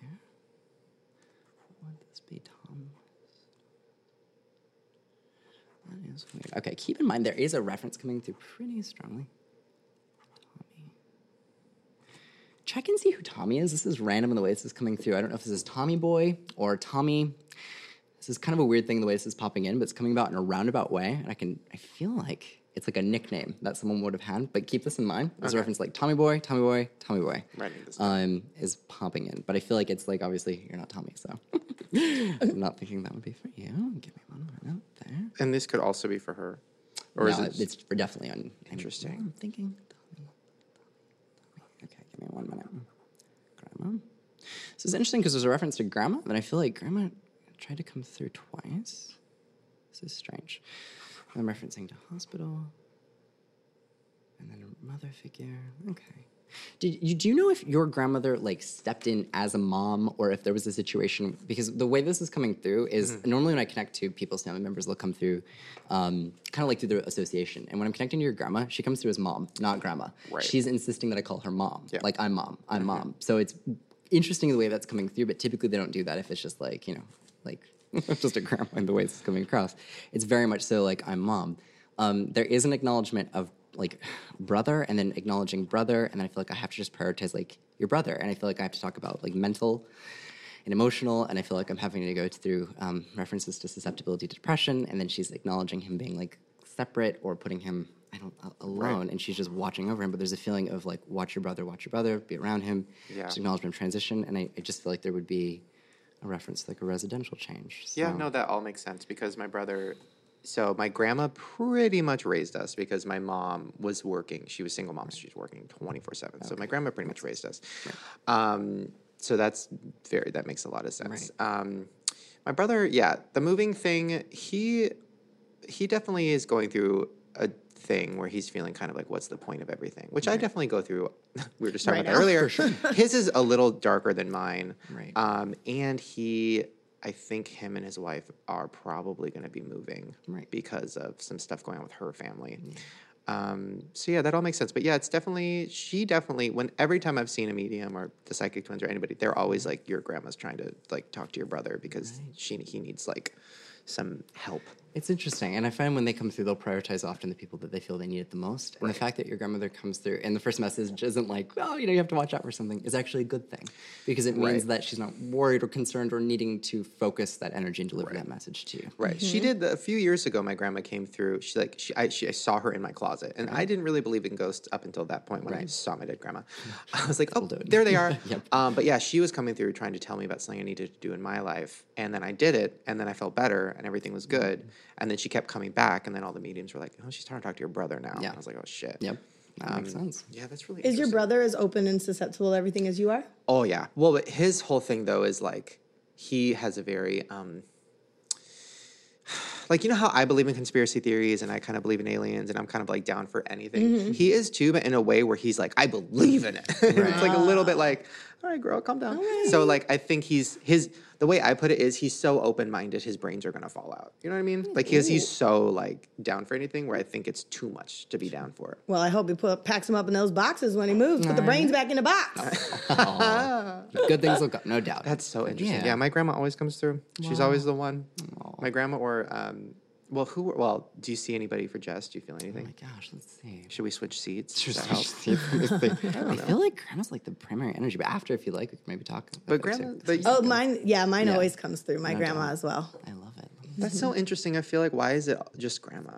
[SPEAKER 4] there. Would this be Tom? That is weird. Okay, keep in mind there is a reference coming through pretty strongly. Tommy. Check and see who Tommy is. This is random in the way this is coming through. I don't know if this is Tommy Boy or Tommy. This is kind of a weird thing the way this is popping in, but it's coming about in a roundabout way. And I can I feel like it's like a nickname that someone would have had. But keep this in mind. There's a reference like Tommy Boy, Tommy Boy, Tommy Boy.
[SPEAKER 1] Writing this
[SPEAKER 4] Um, is popping in. But I feel like it's like obviously you're not Tommy, so I'm not thinking that would be for you. Give me one right up there.
[SPEAKER 1] And this could also be for her. Or
[SPEAKER 4] No,
[SPEAKER 1] is it
[SPEAKER 4] It's we're definitely on.
[SPEAKER 1] Interesting.
[SPEAKER 4] I'm, I'm thinking. Tommy, Tommy. Okay, give me one minute. Grandma. So it's interesting because there's a reference to grandma, but I feel like grandma tried to come through twice. This is strange. I'm referencing to hospital, and then a mother figure. Okay. Did you do you know if your grandmother like stepped in as a mom or if there was a situation because the way this is coming through is normally when I connect to people's family members they'll come through um, kind of like through their association and when I'm connecting to your grandma she comes through as mom not grandma
[SPEAKER 1] Right.
[SPEAKER 4] she's insisting that I call her mom
[SPEAKER 1] Yeah.
[SPEAKER 4] like I'm mom I'm mom so it's interesting the way that's coming through but typically they don't do that if it's just like you know like just a grandma and the way it's coming across it's very much so like I'm mom um, there is an acknowledgement of like brother and then acknowledging brother and then i feel like i have to just prioritize like your brother and i feel like i have to talk about like mental and emotional and i feel like i'm having to go through um, references to susceptibility to depression and then she's acknowledging him being like separate or putting him i don't a- alone and she's just watching over him but there's a feeling of like watch your brother watch your brother be around him
[SPEAKER 1] Yeah.
[SPEAKER 4] just acknowledgement of transition and I, I just feel like there would be a reference to like a residential change
[SPEAKER 1] Yeah,
[SPEAKER 4] So-
[SPEAKER 1] no, that all makes sense because my brother. So my grandma pretty much raised us because my mom was working. She was single mom, so she was working twenty four seven. So my grandma pretty much raised us. Um, so that's very that makes a lot of sense. Um, my brother, yeah, the moving thing. He he definitely is going through a thing where he's feeling kind of like, what's the point of everything? Which I definitely go through. we were just talking
[SPEAKER 2] Right
[SPEAKER 1] about
[SPEAKER 2] now.
[SPEAKER 1] that earlier. His is a little darker than mine.
[SPEAKER 4] Right.
[SPEAKER 1] Um, and he, I think him and his wife are probably going to be moving
[SPEAKER 4] Right. Mm-hmm.
[SPEAKER 1] because of some stuff going on with her family. Um, so yeah, that all makes sense. But yeah, it's definitely she definitely when every time I've seen a medium or the psychic twins or anybody, they're always like your grandma's trying to like talk to your brother because she he needs like some help.
[SPEAKER 4] It's interesting, and I find when they come through, they'll prioritize often the people that they feel they need it the most. And the fact that your grandmother comes through, and the first message isn't like, "Oh, you know, you have to watch out for something," is actually a good thing, because it means
[SPEAKER 1] Right.
[SPEAKER 4] that she's not worried or concerned or needing to focus that energy and deliver that message to you.
[SPEAKER 1] Right. She
[SPEAKER 4] Mm-hmm.
[SPEAKER 1] did the- a few years ago. My grandma came through. She like she I, she I saw her in my closet, and I didn't really believe in ghosts up until that point when I
[SPEAKER 4] Right.
[SPEAKER 1] saw my dead grandma. I was like, oh,
[SPEAKER 4] do it."
[SPEAKER 1] there they are.
[SPEAKER 4] Yep.
[SPEAKER 1] um, but yeah, she was coming through trying to tell me about something I needed to do in my life, and then I did it, and then I felt better, and everything
[SPEAKER 4] Mm-hmm.
[SPEAKER 1] was good, and then she kept coming back, and then all the mediums were like, oh, she's trying to talk to your brother now. And
[SPEAKER 4] Yeah.
[SPEAKER 1] I was like, oh shit.
[SPEAKER 4] Yep, that
[SPEAKER 1] Mm.
[SPEAKER 4] makes sense.
[SPEAKER 1] Yeah, that's really.
[SPEAKER 2] Is your
[SPEAKER 1] interesting.
[SPEAKER 2] brother as open and susceptible to everything as you are?
[SPEAKER 1] Oh yeah. Well, but his whole thing though is like he has a very um like you know how I believe in conspiracy theories and I kind of believe in aliens and I'm kind of like down for anything. He is too, but in a way where he's like I believe in it. it's like a little bit like all right, girl, calm down. So like I think he's his the way I put it is he's so open-minded his brains are going to fall out. You know what I mean? Like he's he's so like down for anything where I think it's too much to be down for.
[SPEAKER 2] Well, I hope he put, packs him up in those boxes when he moves. Put the brains back in the box.
[SPEAKER 4] good things will come, no doubt.
[SPEAKER 1] That's so interesting. Yeah.
[SPEAKER 4] Yeah.
[SPEAKER 1] my grandma always comes through. She's always the one. My grandma or um, well, who? Well, do you see anybody for Jess? Do you feel anything?
[SPEAKER 4] Oh my gosh, let's see.
[SPEAKER 1] Should we switch seats? Does that help?
[SPEAKER 4] I feel like grandma's like the primary energy, but after, if you like, we can maybe talk. about
[SPEAKER 1] But
[SPEAKER 4] it too.
[SPEAKER 1] grandma, but
[SPEAKER 2] oh, mine. Yeah, mine
[SPEAKER 4] Yeah.
[SPEAKER 2] always comes through. My grandma as well.
[SPEAKER 4] I love it.
[SPEAKER 1] that's so interesting. I feel like why is it just grandma?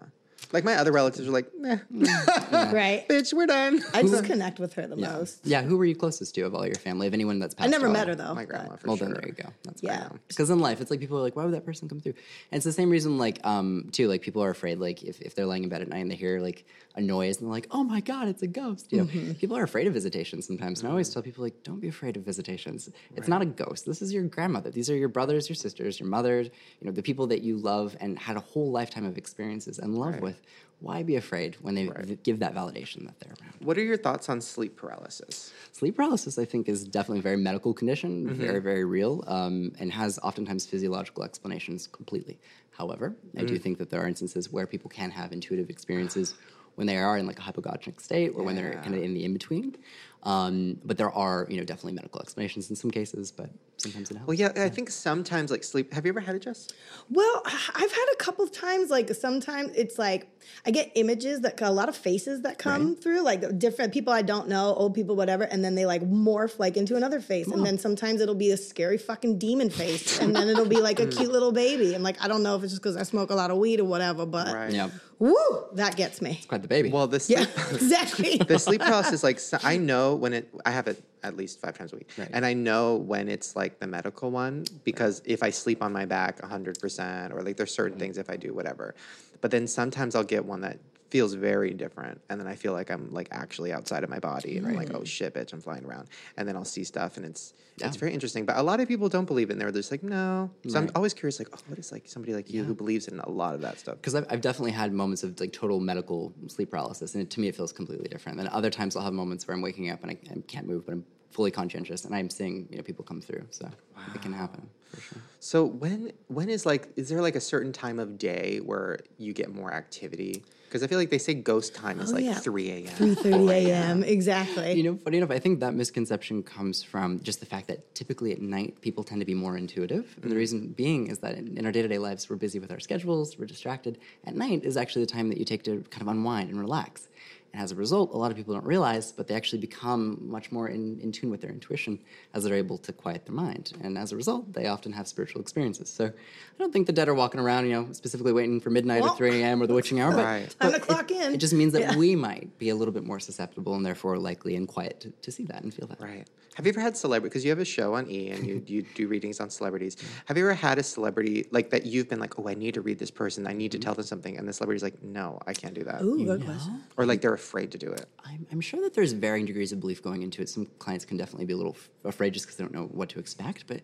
[SPEAKER 1] Like my other relatives are like, "Meh,
[SPEAKER 2] Right.
[SPEAKER 1] bitch, we're done.
[SPEAKER 2] I just connect with her the
[SPEAKER 4] Yeah.
[SPEAKER 2] most.
[SPEAKER 4] yeah, who were you closest to of all your family? Of anyone that's
[SPEAKER 2] I
[SPEAKER 4] passed
[SPEAKER 2] never
[SPEAKER 4] on?
[SPEAKER 2] met her though.
[SPEAKER 1] my
[SPEAKER 2] but-
[SPEAKER 1] grandma for
[SPEAKER 4] well,
[SPEAKER 1] sure.
[SPEAKER 4] then there you go. That's
[SPEAKER 2] Yeah.
[SPEAKER 4] yeah. Because in life, it's like people are like, why would that person come through? And it's the same reason, like, um, too, like people are afraid, like, if, if they're laying in bed at night and they hear like a noise and they're like, oh my god, it's a ghost. You know,
[SPEAKER 1] Mm-hmm.
[SPEAKER 4] people are afraid of visitations sometimes. And I always tell people like, don't be afraid of visitations. It's not a ghost. This is your grandmother. These are your brothers, your sisters, your mother. You know, the people that you love and had a whole lifetime of experiences and love with. why be afraid when they v- give that validation that they're around?
[SPEAKER 1] What are your thoughts on sleep paralysis?
[SPEAKER 4] Sleep paralysis, I think, is definitely a very medical condition,
[SPEAKER 1] Mm-hmm.
[SPEAKER 4] very, very real, um, and has oftentimes physiological explanations completely. However, I
[SPEAKER 1] Mm.
[SPEAKER 4] do think that there are instances where people can have intuitive experiences when they are in like a hypogonic state or when they're kind of in the in between. Um, but there are, you know, definitely medical explanations in some cases, but sometimes it helps.
[SPEAKER 1] Well, yeah, I think sometimes like sleep. Have you ever had it, Jess?
[SPEAKER 2] Well, I've had a couple of times. Like sometimes it's like I get images that a lot of faces that come through, like different people I don't know, old people, whatever, and then they like morph like into another face, and then sometimes it'll be a scary fucking demon face, and then it'll be like
[SPEAKER 4] Mm.
[SPEAKER 2] a cute little baby, and like I don't know if it's just because I smoke a lot of weed or whatever, but
[SPEAKER 1] Right.
[SPEAKER 4] yeah,
[SPEAKER 2] woo, that gets me.
[SPEAKER 4] quite the baby.
[SPEAKER 1] Well, the sleep,
[SPEAKER 2] Yeah, exactly.
[SPEAKER 1] the sleep paralysis, like so I know when it, I have it at least five times a week,
[SPEAKER 4] Right.
[SPEAKER 1] and I know when it's like the medical one because if I sleep on my back hundred percent, or like there's certain
[SPEAKER 4] Mm-hmm.
[SPEAKER 1] things if I do whatever, but then sometimes I'll get one that feels very different, and then I feel like I'm like actually outside of my body, and I'm like, oh shit, bitch, I'm flying around, and then I'll see stuff, and it's it's very interesting, but a lot of people don't believe it, and they're just like, no. So I'm always curious, like, oh, what is like somebody like you who believes in a lot of that stuff?
[SPEAKER 4] because I've, I've definitely had moments of like total medical sleep paralysis, and it, to me it feels completely different. And other times I'll have moments where I'm waking up and I, I can't move, but I'm fully conscientious, and I'm seeing you know people come through, so it can happen for sure.
[SPEAKER 1] So when when is like is there like a certain time of day where you get more activity? Because I feel like they say ghost time is
[SPEAKER 2] Oh,
[SPEAKER 1] like
[SPEAKER 2] yeah.
[SPEAKER 1] three a.m.
[SPEAKER 2] Three thirty a.m. Exactly.
[SPEAKER 4] Oh, You know, funny enough, I think that misconception comes from just the fact that typically at night people tend to be more intuitive.
[SPEAKER 2] Mm-hmm.
[SPEAKER 4] And the reason being is that in, in our day to day lives, we're busy with our schedules, we're distracted. At night is actually the time that you take to kind of unwind and relax. And as a result, a lot of people don't realize, but they actually become much more in, in tune with their intuition as they're able to quiet their mind. And as a result, they often have spiritual experiences. So I don't think the dead are walking around, you know, specifically waiting for midnight
[SPEAKER 2] Well,
[SPEAKER 4] or 3 a.m. or the witching hour. But,
[SPEAKER 1] Right.
[SPEAKER 2] Time
[SPEAKER 4] but
[SPEAKER 2] to clock
[SPEAKER 4] it,
[SPEAKER 2] in.
[SPEAKER 4] It just means that we might be a little bit more susceptible and therefore likely and quiet to, to see that and feel that.
[SPEAKER 1] Right. Have you ever had celebrity? Because you have a show on E and you you do readings on celebrities. Have you ever had a celebrity like that? You've been like, oh, I need to read this person. I need to tell them something, and the celebrity's like, no, I can't do that,
[SPEAKER 2] Mm-hmm. Ooh, good question.
[SPEAKER 1] or like they're afraid to do it.
[SPEAKER 4] I'm, I'm sure that there's varying degrees of belief going into it. Some clients can definitely be a little f- afraid just because they don't know what to expect, but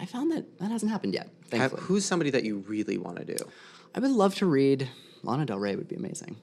[SPEAKER 4] I found that that hasn't happened yet,
[SPEAKER 1] Have-
[SPEAKER 4] thankfully.
[SPEAKER 1] who's somebody that you really want to do?
[SPEAKER 4] I would love to read Lana Del Rey would be amazing.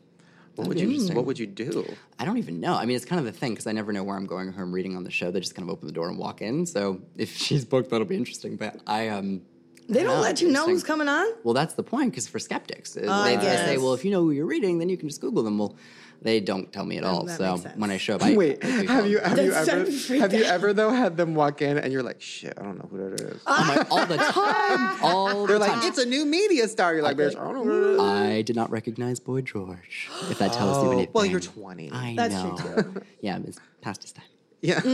[SPEAKER 1] What
[SPEAKER 4] That'd
[SPEAKER 1] would
[SPEAKER 4] be
[SPEAKER 1] you
[SPEAKER 4] interesting.
[SPEAKER 1] What would you do?
[SPEAKER 4] I don't even know. I mean, it's kind of the thing because I never know where I'm going or who I'm reading on the show. They just kind of open the door and walk in. So if she's booked, that'll be interesting. But I um,
[SPEAKER 2] They don't
[SPEAKER 4] Yeah,
[SPEAKER 2] let you know who's
[SPEAKER 4] interesting.
[SPEAKER 2] coming on.
[SPEAKER 4] Well, that's the point because for skeptics, uh,
[SPEAKER 2] I
[SPEAKER 4] they, they say,
[SPEAKER 2] guess.
[SPEAKER 4] well, if you know who you're reading, then you can just Google them. Well, they don't tell me at all.
[SPEAKER 2] that
[SPEAKER 4] So
[SPEAKER 2] makes sense.
[SPEAKER 4] when I show up, I
[SPEAKER 1] Wait,
[SPEAKER 4] I do tell
[SPEAKER 1] have you
[SPEAKER 4] them.
[SPEAKER 1] have you
[SPEAKER 2] That's so
[SPEAKER 1] ever
[SPEAKER 2] freaked
[SPEAKER 1] have you
[SPEAKER 2] out.
[SPEAKER 1] ever though had them walk in and you're like, shit, I don't know who that is.
[SPEAKER 4] I'm like, all the time, all
[SPEAKER 1] They're
[SPEAKER 4] the
[SPEAKER 1] like,
[SPEAKER 4] time.
[SPEAKER 1] it's a new media star. You're like, bitch, I don't know. who that is."
[SPEAKER 4] I did not recognize Boy George. If that tells you anything.
[SPEAKER 1] Oh, well, you're 20.
[SPEAKER 4] I
[SPEAKER 2] That's
[SPEAKER 4] know.
[SPEAKER 2] true,
[SPEAKER 4] yeah, it's past his time.
[SPEAKER 1] Yeah.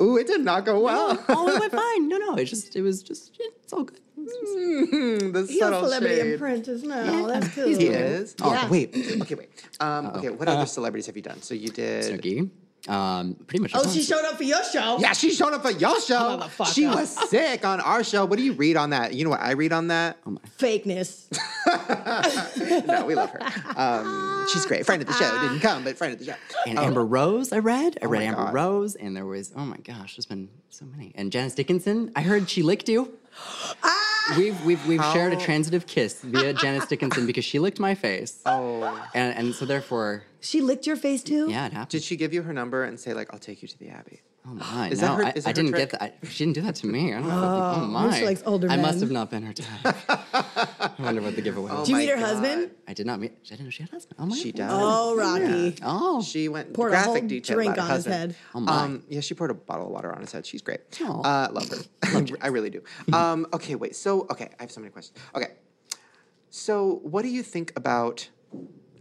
[SPEAKER 1] Ooh, it did not go well.
[SPEAKER 4] Oh, it went fine. No, no, it just, it was just, it's all good. It was just-
[SPEAKER 1] the
[SPEAKER 2] He's a
[SPEAKER 1] subtle
[SPEAKER 2] celebrity
[SPEAKER 1] shade.
[SPEAKER 2] apprentice now. Mm, That's cool.
[SPEAKER 1] He is. Oh
[SPEAKER 2] Yeah.
[SPEAKER 1] wait. Okay, wait. Um, okay, what other celebrities have you done? So you did.
[SPEAKER 4] Oh. Uh. Snooki, um, pretty much.
[SPEAKER 2] Oh,
[SPEAKER 4] just
[SPEAKER 2] she
[SPEAKER 4] on-
[SPEAKER 2] showed up for your show.
[SPEAKER 1] Yeah, she showed up for your show. She was sick on our show. What do you read on that? You know what I read on that?
[SPEAKER 4] Oh
[SPEAKER 2] Fakeness.
[SPEAKER 1] No, we love her. Um, she's great. Friend of the show didn't come, but friend of the show.
[SPEAKER 4] and Amber Rose, I read. I read
[SPEAKER 1] Oh. my
[SPEAKER 4] Amber
[SPEAKER 1] God.
[SPEAKER 4] Rose, and there was oh my gosh, there's been so many. And Janice Dickinson, I heard she licked you. We've we've we've shared a
[SPEAKER 1] Ah! How-
[SPEAKER 4] transitive kiss via Janice Dickinson because she licked my face.
[SPEAKER 1] Oh.
[SPEAKER 4] And and so therefore,
[SPEAKER 2] She licked your face too?
[SPEAKER 4] yeah, it happened.
[SPEAKER 1] Did she give you her number and say like, I'll take you to the Abbey?
[SPEAKER 4] oh my,
[SPEAKER 1] Is that
[SPEAKER 4] no,
[SPEAKER 1] her-
[SPEAKER 4] I,
[SPEAKER 1] is
[SPEAKER 4] I
[SPEAKER 1] that her
[SPEAKER 4] didn't
[SPEAKER 1] trick?
[SPEAKER 4] get that. I- she didn't do that to me. I don't know. Oh, oh my,
[SPEAKER 2] she likes older
[SPEAKER 4] I
[SPEAKER 2] men.
[SPEAKER 4] must have not been her type. I wonder what the giveaway. was.
[SPEAKER 2] Do you
[SPEAKER 1] my
[SPEAKER 2] meet her
[SPEAKER 1] God.
[SPEAKER 2] husband?
[SPEAKER 4] I did not meet. I didn't know she had a husband. Oh my.
[SPEAKER 1] Oh. She does.
[SPEAKER 2] Oh, Rocky.
[SPEAKER 4] Oh.
[SPEAKER 1] She went
[SPEAKER 2] Poured a
[SPEAKER 1] graphic
[SPEAKER 2] whole
[SPEAKER 1] detail
[SPEAKER 2] drink
[SPEAKER 1] about her
[SPEAKER 2] on his
[SPEAKER 1] husband.
[SPEAKER 2] head. Oh,
[SPEAKER 4] Oh, my.
[SPEAKER 1] yeah, she poured a bottle of water on his head. She's great.
[SPEAKER 4] Aw.
[SPEAKER 1] Uh, love her. I really do. Um, okay, wait. So, okay, I have so many questions. Okay, so what do you think about?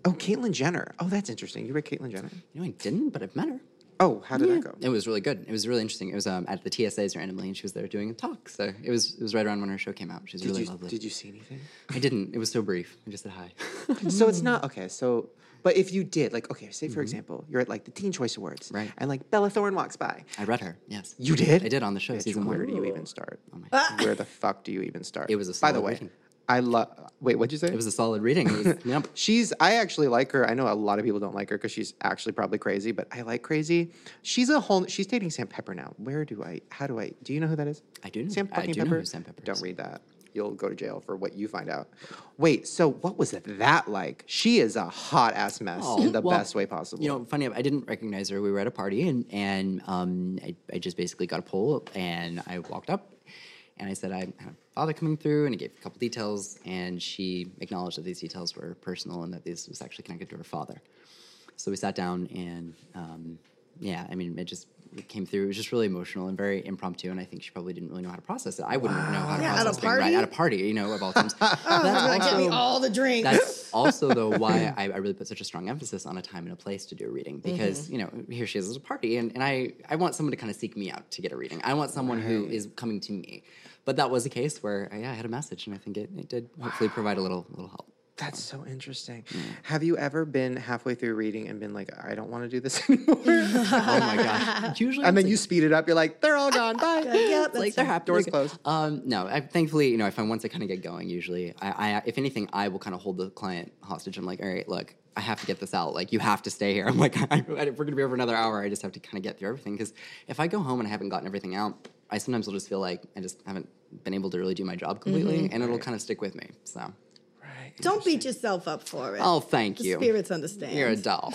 [SPEAKER 1] Oh, Caitlyn Jenner. Oh, that's interesting. You read Caitlyn Jenner?
[SPEAKER 4] you know, I didn't, but I've met her.
[SPEAKER 1] Oh, how did that go?
[SPEAKER 4] It was really good. It was really interesting. It was um, at the TSAs randomly, and she was there doing a talk. So it was it was right around when her show came out. She's
[SPEAKER 1] Did
[SPEAKER 4] really
[SPEAKER 1] you
[SPEAKER 4] lovely.
[SPEAKER 1] did you see anything?
[SPEAKER 4] I didn't. It was so brief. I just said hi.
[SPEAKER 1] so it's not okay. So, but if you did, like, okay, say for example, you're at like the Teen Choice Awards,
[SPEAKER 4] Mm-hmm. Right.
[SPEAKER 1] And like Bella Thorne walks by.
[SPEAKER 4] I read her. Yes,
[SPEAKER 1] You did?
[SPEAKER 4] I did on the show
[SPEAKER 1] Bitch,
[SPEAKER 4] season
[SPEAKER 1] where
[SPEAKER 4] one. Oh
[SPEAKER 1] do you even start?
[SPEAKER 2] Ah.
[SPEAKER 1] Where the fuck do you even start?
[SPEAKER 4] It was a
[SPEAKER 1] By the
[SPEAKER 4] solid
[SPEAKER 1] way,
[SPEAKER 4] reading.
[SPEAKER 1] I love. Wait, what'd you say?
[SPEAKER 4] It was a solid reading. It was- yep.
[SPEAKER 1] She's I actually like her. I know a lot of people don't like her because she's actually probably crazy, but I like crazy. She's a whole she's dating Sam Pepper now. Where do I how do I do you know who that is?
[SPEAKER 4] I do know-
[SPEAKER 1] Sam
[SPEAKER 4] I
[SPEAKER 1] fucking
[SPEAKER 4] do know
[SPEAKER 1] Pepper.
[SPEAKER 4] who Sam Pepper
[SPEAKER 1] Don't
[SPEAKER 4] is.
[SPEAKER 1] read that. you'll go to jail for what you find out. Wait, so what was that like? She is a hot ass mess in the
[SPEAKER 4] Oh, well,
[SPEAKER 1] best way possible.
[SPEAKER 4] You know, funny, I didn't recognize her. We were at a party, and and um, I, I just basically got a pull, and I walked up, and I said, "I had a father coming through," and I gave a couple details, and she acknowledged that these details were personal and that this was actually connected to her father. So we sat down, and um, yeah, I mean, it just it came through. It was just really emotional and very impromptu, and I think she probably didn't really know how to process it. I wouldn't know how to
[SPEAKER 2] Yeah, at a
[SPEAKER 4] process things right
[SPEAKER 2] party?
[SPEAKER 4] at a party, you know, of all times. But that's
[SPEAKER 2] Like, give me
[SPEAKER 4] also-
[SPEAKER 2] all the drinks.
[SPEAKER 4] that's also though why I, I really put such a strong emphasis on a time and a place to do a reading because
[SPEAKER 1] Mm-hmm.
[SPEAKER 4] you know here she is at a party and, and I I want someone to kind of seek me out to get a reading. I want someone who is coming to me. But that was a case where uh, yeah I had a message and I think it, it did hopefully provide a little little help.
[SPEAKER 1] That's so interesting.
[SPEAKER 2] Mm.
[SPEAKER 1] Have you ever been halfway through reading and been like, I don't want to do this anymore?
[SPEAKER 4] Oh my gosh! Usually
[SPEAKER 1] and
[SPEAKER 4] it's
[SPEAKER 1] then
[SPEAKER 4] a-
[SPEAKER 1] you speed it up. You're like, they're all gone. Bye.
[SPEAKER 2] yeah, that's
[SPEAKER 4] like they're happy.
[SPEAKER 1] Doors
[SPEAKER 4] Like,
[SPEAKER 1] closed.
[SPEAKER 4] Um, no, I, thankfully, you know, if I once I kind of get going, usually, I, I, if anything, I will kind of hold the client hostage. I'm like, all right, look, I have to get this out. Like, you have to stay here. I'm like, I, if we're gonna be here for another hour. I just have to kind of get through everything because if I go home and I haven't gotten everything out, I sometimes will just feel like I just haven't been able to really do my job completely, and it'll kind of stick with me. So,
[SPEAKER 2] Don't beat yourself up for it.
[SPEAKER 4] oh, thank
[SPEAKER 2] the
[SPEAKER 4] you.
[SPEAKER 2] spirits understand.
[SPEAKER 4] You're a doll.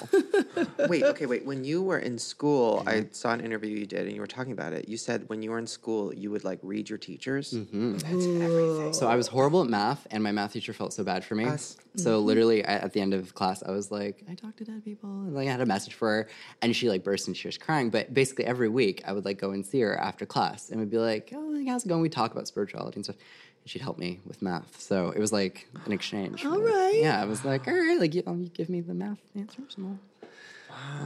[SPEAKER 1] wait, okay, wait. When you were in school, I
[SPEAKER 2] Mm-hmm.
[SPEAKER 1] saw an interview you did and you were talking about it. You said when you were in school, you would like read your teachers.
[SPEAKER 2] Mm-hmm.
[SPEAKER 4] So I was horrible at math, and my math teacher felt so bad for me.
[SPEAKER 2] Mm-hmm.
[SPEAKER 4] So literally, I, at the end of class, I was like, "I talked to dead people," and like I had a message for her, and she like burst into tears crying. But basically, every week, I would like go and see her after class, and we'd be like, "Oh, like, how's it going?" We talk about spirituality and stuff. And she'd help me with math, so it was like an exchange. All
[SPEAKER 2] right.
[SPEAKER 4] yeah, I was like, "All right, like you, um, you give me the math answers." And all.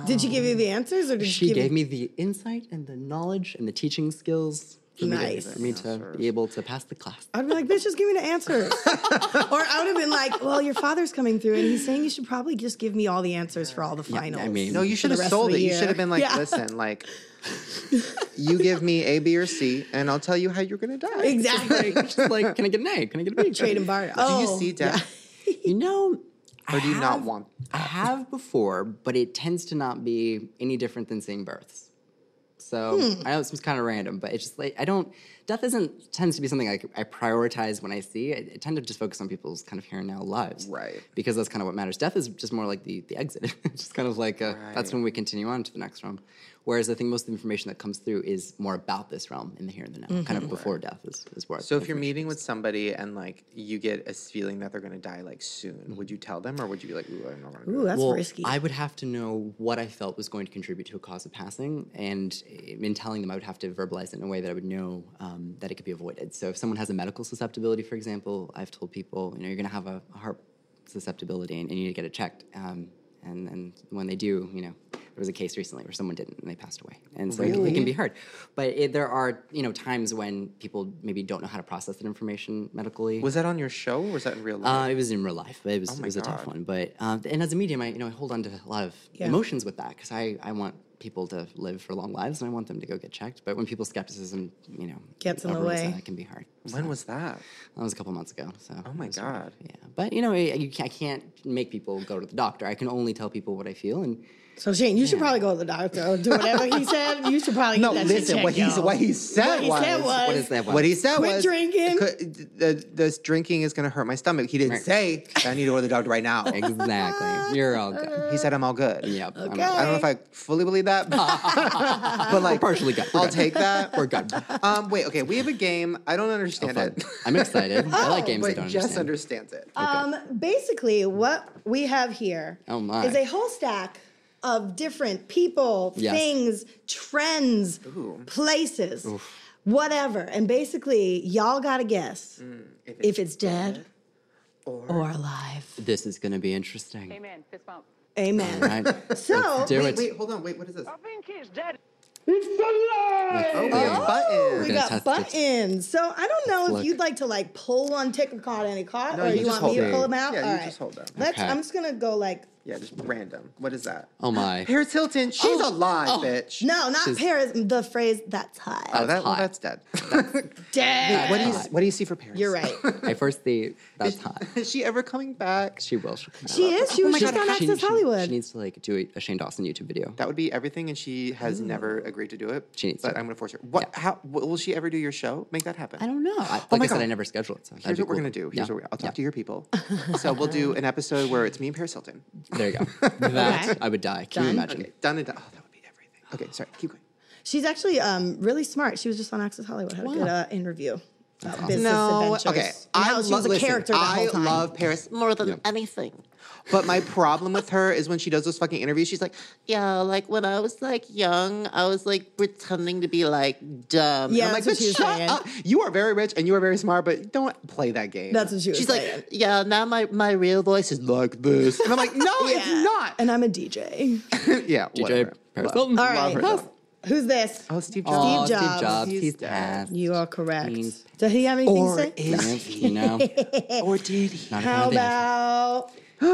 [SPEAKER 2] Did she give you the answers, or did she,
[SPEAKER 4] She
[SPEAKER 2] give
[SPEAKER 4] gave
[SPEAKER 2] you-
[SPEAKER 4] me the insight and the knowledge and the teaching skills. For
[SPEAKER 2] Nice.
[SPEAKER 4] me to, for me to be able to pass the class.
[SPEAKER 2] I'd be like, bitch, just give me the answers. or I would have been like, well, your father's coming through, and he's saying you should probably just give me all the answers for all the finals.
[SPEAKER 4] mean-
[SPEAKER 1] No, you should
[SPEAKER 2] the
[SPEAKER 1] have
[SPEAKER 2] rest of
[SPEAKER 1] sold
[SPEAKER 2] the
[SPEAKER 1] it. You should
[SPEAKER 2] year.
[SPEAKER 1] have been like,
[SPEAKER 2] Yeah.
[SPEAKER 1] listen, like, you give me A, B, or C, and I'll tell you how you're going to die.
[SPEAKER 2] exactly.
[SPEAKER 4] She's like, can I get an A? Can I get a B?
[SPEAKER 2] Trade and barter.
[SPEAKER 1] Do
[SPEAKER 2] Oh,
[SPEAKER 1] you see death?
[SPEAKER 4] You know,
[SPEAKER 1] Or do you not
[SPEAKER 4] have-
[SPEAKER 1] want
[SPEAKER 4] I have before, but it tends to not be any different than seeing births. So
[SPEAKER 1] Hmm.
[SPEAKER 4] I know this was kind of random, but it's just like I don't. Death isn't tends to be something I, I prioritize when I see. I, I tend to just focus on people's kind of here and now lives,
[SPEAKER 1] Right.
[SPEAKER 4] Because that's kind of what matters. Death is just more like the the exit. it's just kind of like uh that's when we continue on to the next realm. Whereas I think most of the information that comes through is more about this realm in the here and the now, kind of before death is is where.
[SPEAKER 1] Mm-hmm. So if
[SPEAKER 4] information
[SPEAKER 1] you're meeting with somebody and like you get a feeling that they're going to die like soon, would
[SPEAKER 2] Mm-hmm.
[SPEAKER 1] you tell them or would you be like, ooh, I don't want to do
[SPEAKER 2] Ooh,
[SPEAKER 1] that?
[SPEAKER 2] that's
[SPEAKER 4] well,
[SPEAKER 2] risky.
[SPEAKER 4] I would have to know what I felt was going to contribute to a cause of passing, and in telling them, I would have to verbalize it in a way that I would know um, that it could be avoided. So, if someone has a medical susceptibility, for example, I've told people, you know, you're going to have a heart susceptibility, and, and you need to get it checked. Um, and and when they do, you know, there was a case recently where someone didn't and they passed away, and so it- it, can be hard. But it, there are you know times when people maybe don't know how to process that information medically.
[SPEAKER 1] Was that on your show or was that in real life?
[SPEAKER 4] Uh, it was in real life. but It was, it was a tough
[SPEAKER 1] Oh God.
[SPEAKER 4] one. But um, and as a medium, I you know I hold on to a lot of
[SPEAKER 2] Yeah.
[SPEAKER 4] emotions with that because I, I want people to live for long lives and I want them to go get checked. But when people's skepticism, you know,
[SPEAKER 2] Gets in the
[SPEAKER 4] overrules
[SPEAKER 2] way.
[SPEAKER 4] that, it can be hard.
[SPEAKER 1] when was that?
[SPEAKER 4] That was a couple months ago. So
[SPEAKER 1] Oh my God.
[SPEAKER 4] yeah. But you know, I, you, ca- I can't make people go to the doctor. I can only tell people what I feel. And
[SPEAKER 2] so Shane, you should probably go to the doctor or do whatever he said. You should probably
[SPEAKER 1] No,
[SPEAKER 2] get that
[SPEAKER 1] listen,
[SPEAKER 2] shit
[SPEAKER 1] what,
[SPEAKER 2] checked,
[SPEAKER 1] he's,
[SPEAKER 2] yo.
[SPEAKER 1] what he said
[SPEAKER 2] What he
[SPEAKER 1] was.
[SPEAKER 2] said was-
[SPEAKER 4] what is that?
[SPEAKER 1] What he said
[SPEAKER 2] Quit
[SPEAKER 1] was
[SPEAKER 2] drinking.
[SPEAKER 1] "Could- the- this drinking is going to hurt my stomach. He didn't
[SPEAKER 4] Right.
[SPEAKER 1] say I need to go to the doctor right now.
[SPEAKER 4] exactly. You're all good.
[SPEAKER 1] He said I'm all good.
[SPEAKER 4] Yep. I'm-
[SPEAKER 2] Okay.
[SPEAKER 1] I don't know if I fully believe that, but like
[SPEAKER 4] partially good. We're
[SPEAKER 1] I'll
[SPEAKER 4] good.
[SPEAKER 1] take that.
[SPEAKER 4] We're good.
[SPEAKER 1] Um, wait, okay, we have a game. I don't understand
[SPEAKER 4] Fun.
[SPEAKER 1] it.
[SPEAKER 4] I'm excited. I like games I
[SPEAKER 1] but
[SPEAKER 4] don't
[SPEAKER 1] Jess
[SPEAKER 4] understand.
[SPEAKER 1] understands it.
[SPEAKER 2] Um, basically, what we have here is
[SPEAKER 4] Oh my.
[SPEAKER 2] a whole stack of different people,
[SPEAKER 4] Yes.
[SPEAKER 2] things, trends, places, whatever. And basically, y'all got to guess Mm, if, it's dead or, alive.
[SPEAKER 4] This is going to be interesting.
[SPEAKER 5] Amen. Fist bump.
[SPEAKER 4] All
[SPEAKER 2] Amen.
[SPEAKER 4] right.
[SPEAKER 2] So,
[SPEAKER 4] Do
[SPEAKER 1] Wait,
[SPEAKER 4] it.
[SPEAKER 1] wait, hold on. Wait, what is this?
[SPEAKER 5] I think he's dead.
[SPEAKER 1] Oh, we
[SPEAKER 4] Oh.
[SPEAKER 1] have buttons.
[SPEAKER 2] we
[SPEAKER 4] gonna
[SPEAKER 2] got
[SPEAKER 4] test it.
[SPEAKER 2] buttons. So I don't know if
[SPEAKER 4] look.
[SPEAKER 2] you'd like to like pull one, take a card, any card,
[SPEAKER 1] No,
[SPEAKER 2] or
[SPEAKER 1] you
[SPEAKER 2] you
[SPEAKER 1] just
[SPEAKER 2] want me
[SPEAKER 1] hold
[SPEAKER 2] to
[SPEAKER 1] it.
[SPEAKER 2] pull them out.
[SPEAKER 1] Yeah, you
[SPEAKER 2] All right.
[SPEAKER 1] just hold them.
[SPEAKER 2] Let's.
[SPEAKER 4] Okay.
[SPEAKER 2] I'm just gonna go like
[SPEAKER 1] Yeah, just random. What is that?
[SPEAKER 4] Oh my.
[SPEAKER 1] Paris Hilton, she's alive, bitch.
[SPEAKER 2] No, not Paris. The phrase "that's hot."
[SPEAKER 1] Oh, that, well,
[SPEAKER 4] hot.
[SPEAKER 1] that's dead.
[SPEAKER 2] Dead.
[SPEAKER 1] what do you What do you see for Paris?
[SPEAKER 2] You're right.
[SPEAKER 4] I first the that's hot.
[SPEAKER 1] Is she ever coming back?
[SPEAKER 4] She will. She,
[SPEAKER 2] She is.
[SPEAKER 1] Oh
[SPEAKER 2] She was just on
[SPEAKER 4] She-
[SPEAKER 2] Access
[SPEAKER 4] she-
[SPEAKER 2] Hollywood.
[SPEAKER 4] She needs to like do a, a Shane Dawson YouTube video.
[SPEAKER 1] That would be everything, and she has never agreed to do it.
[SPEAKER 4] She needs
[SPEAKER 1] but
[SPEAKER 4] to.
[SPEAKER 1] I'm going Mm. to force her. What? How will will she ever do your show? Make that happen.
[SPEAKER 4] I don't know. I, like
[SPEAKER 1] Oh. my
[SPEAKER 4] I said,
[SPEAKER 1] God.
[SPEAKER 4] I never schedule it. So
[SPEAKER 1] Here's what we're going to do. Here's what we, I'll talk to your people. so we'll do an episode where it's me and Paris Hilton.
[SPEAKER 4] you. There you go. That
[SPEAKER 2] Okay.
[SPEAKER 4] I would die. Can you
[SPEAKER 2] Done.
[SPEAKER 4] imagine?
[SPEAKER 1] Okay, done and done. Oh, that would be everything. Okay, sorry. Keep going.
[SPEAKER 2] She's actually um, really smart. She was just on Access Hollywood. Had a good uh, interview. About business adventures.
[SPEAKER 1] okay.
[SPEAKER 2] And how she was
[SPEAKER 1] lo-
[SPEAKER 2] a
[SPEAKER 1] listen,
[SPEAKER 2] character the whole
[SPEAKER 1] I
[SPEAKER 2] time.
[SPEAKER 1] love Paris more than
[SPEAKER 4] Yeah.
[SPEAKER 1] anything. But my problem with her is when she does those fucking interviews, she's like, "Yeah, like when I was like young, I was like pretending to be like dumb." And
[SPEAKER 2] Yeah,
[SPEAKER 1] I'm like, "But
[SPEAKER 2] that's what she was
[SPEAKER 1] shut
[SPEAKER 2] saying.
[SPEAKER 1] up! You are very rich and you are very smart, but don't play that game."
[SPEAKER 2] That's what she was
[SPEAKER 1] She's
[SPEAKER 2] saying.
[SPEAKER 1] like, "Yeah, now my my real voice is like this," and I'm like, "No, it's
[SPEAKER 2] Yeah.
[SPEAKER 1] not."
[SPEAKER 2] And I'm a DJ.
[SPEAKER 1] yeah,
[SPEAKER 4] DJ
[SPEAKER 1] whatever. Love-
[SPEAKER 4] Paris Hilton.
[SPEAKER 2] All
[SPEAKER 1] Love
[SPEAKER 2] right.
[SPEAKER 1] her though.
[SPEAKER 2] Who's this?
[SPEAKER 1] Oh, Steve Jobs.
[SPEAKER 4] Aw, Steve
[SPEAKER 2] Jobs.
[SPEAKER 4] Jobs.
[SPEAKER 1] He's
[SPEAKER 4] He's,
[SPEAKER 1] dead.
[SPEAKER 4] passed.
[SPEAKER 2] You are correct.
[SPEAKER 4] Means-
[SPEAKER 2] Does he have anything
[SPEAKER 1] Or
[SPEAKER 2] to say?
[SPEAKER 1] is
[SPEAKER 4] you
[SPEAKER 1] he?
[SPEAKER 4] know.
[SPEAKER 1] Or did he?
[SPEAKER 4] Not a
[SPEAKER 2] How
[SPEAKER 4] fan of the answer.
[SPEAKER 2] about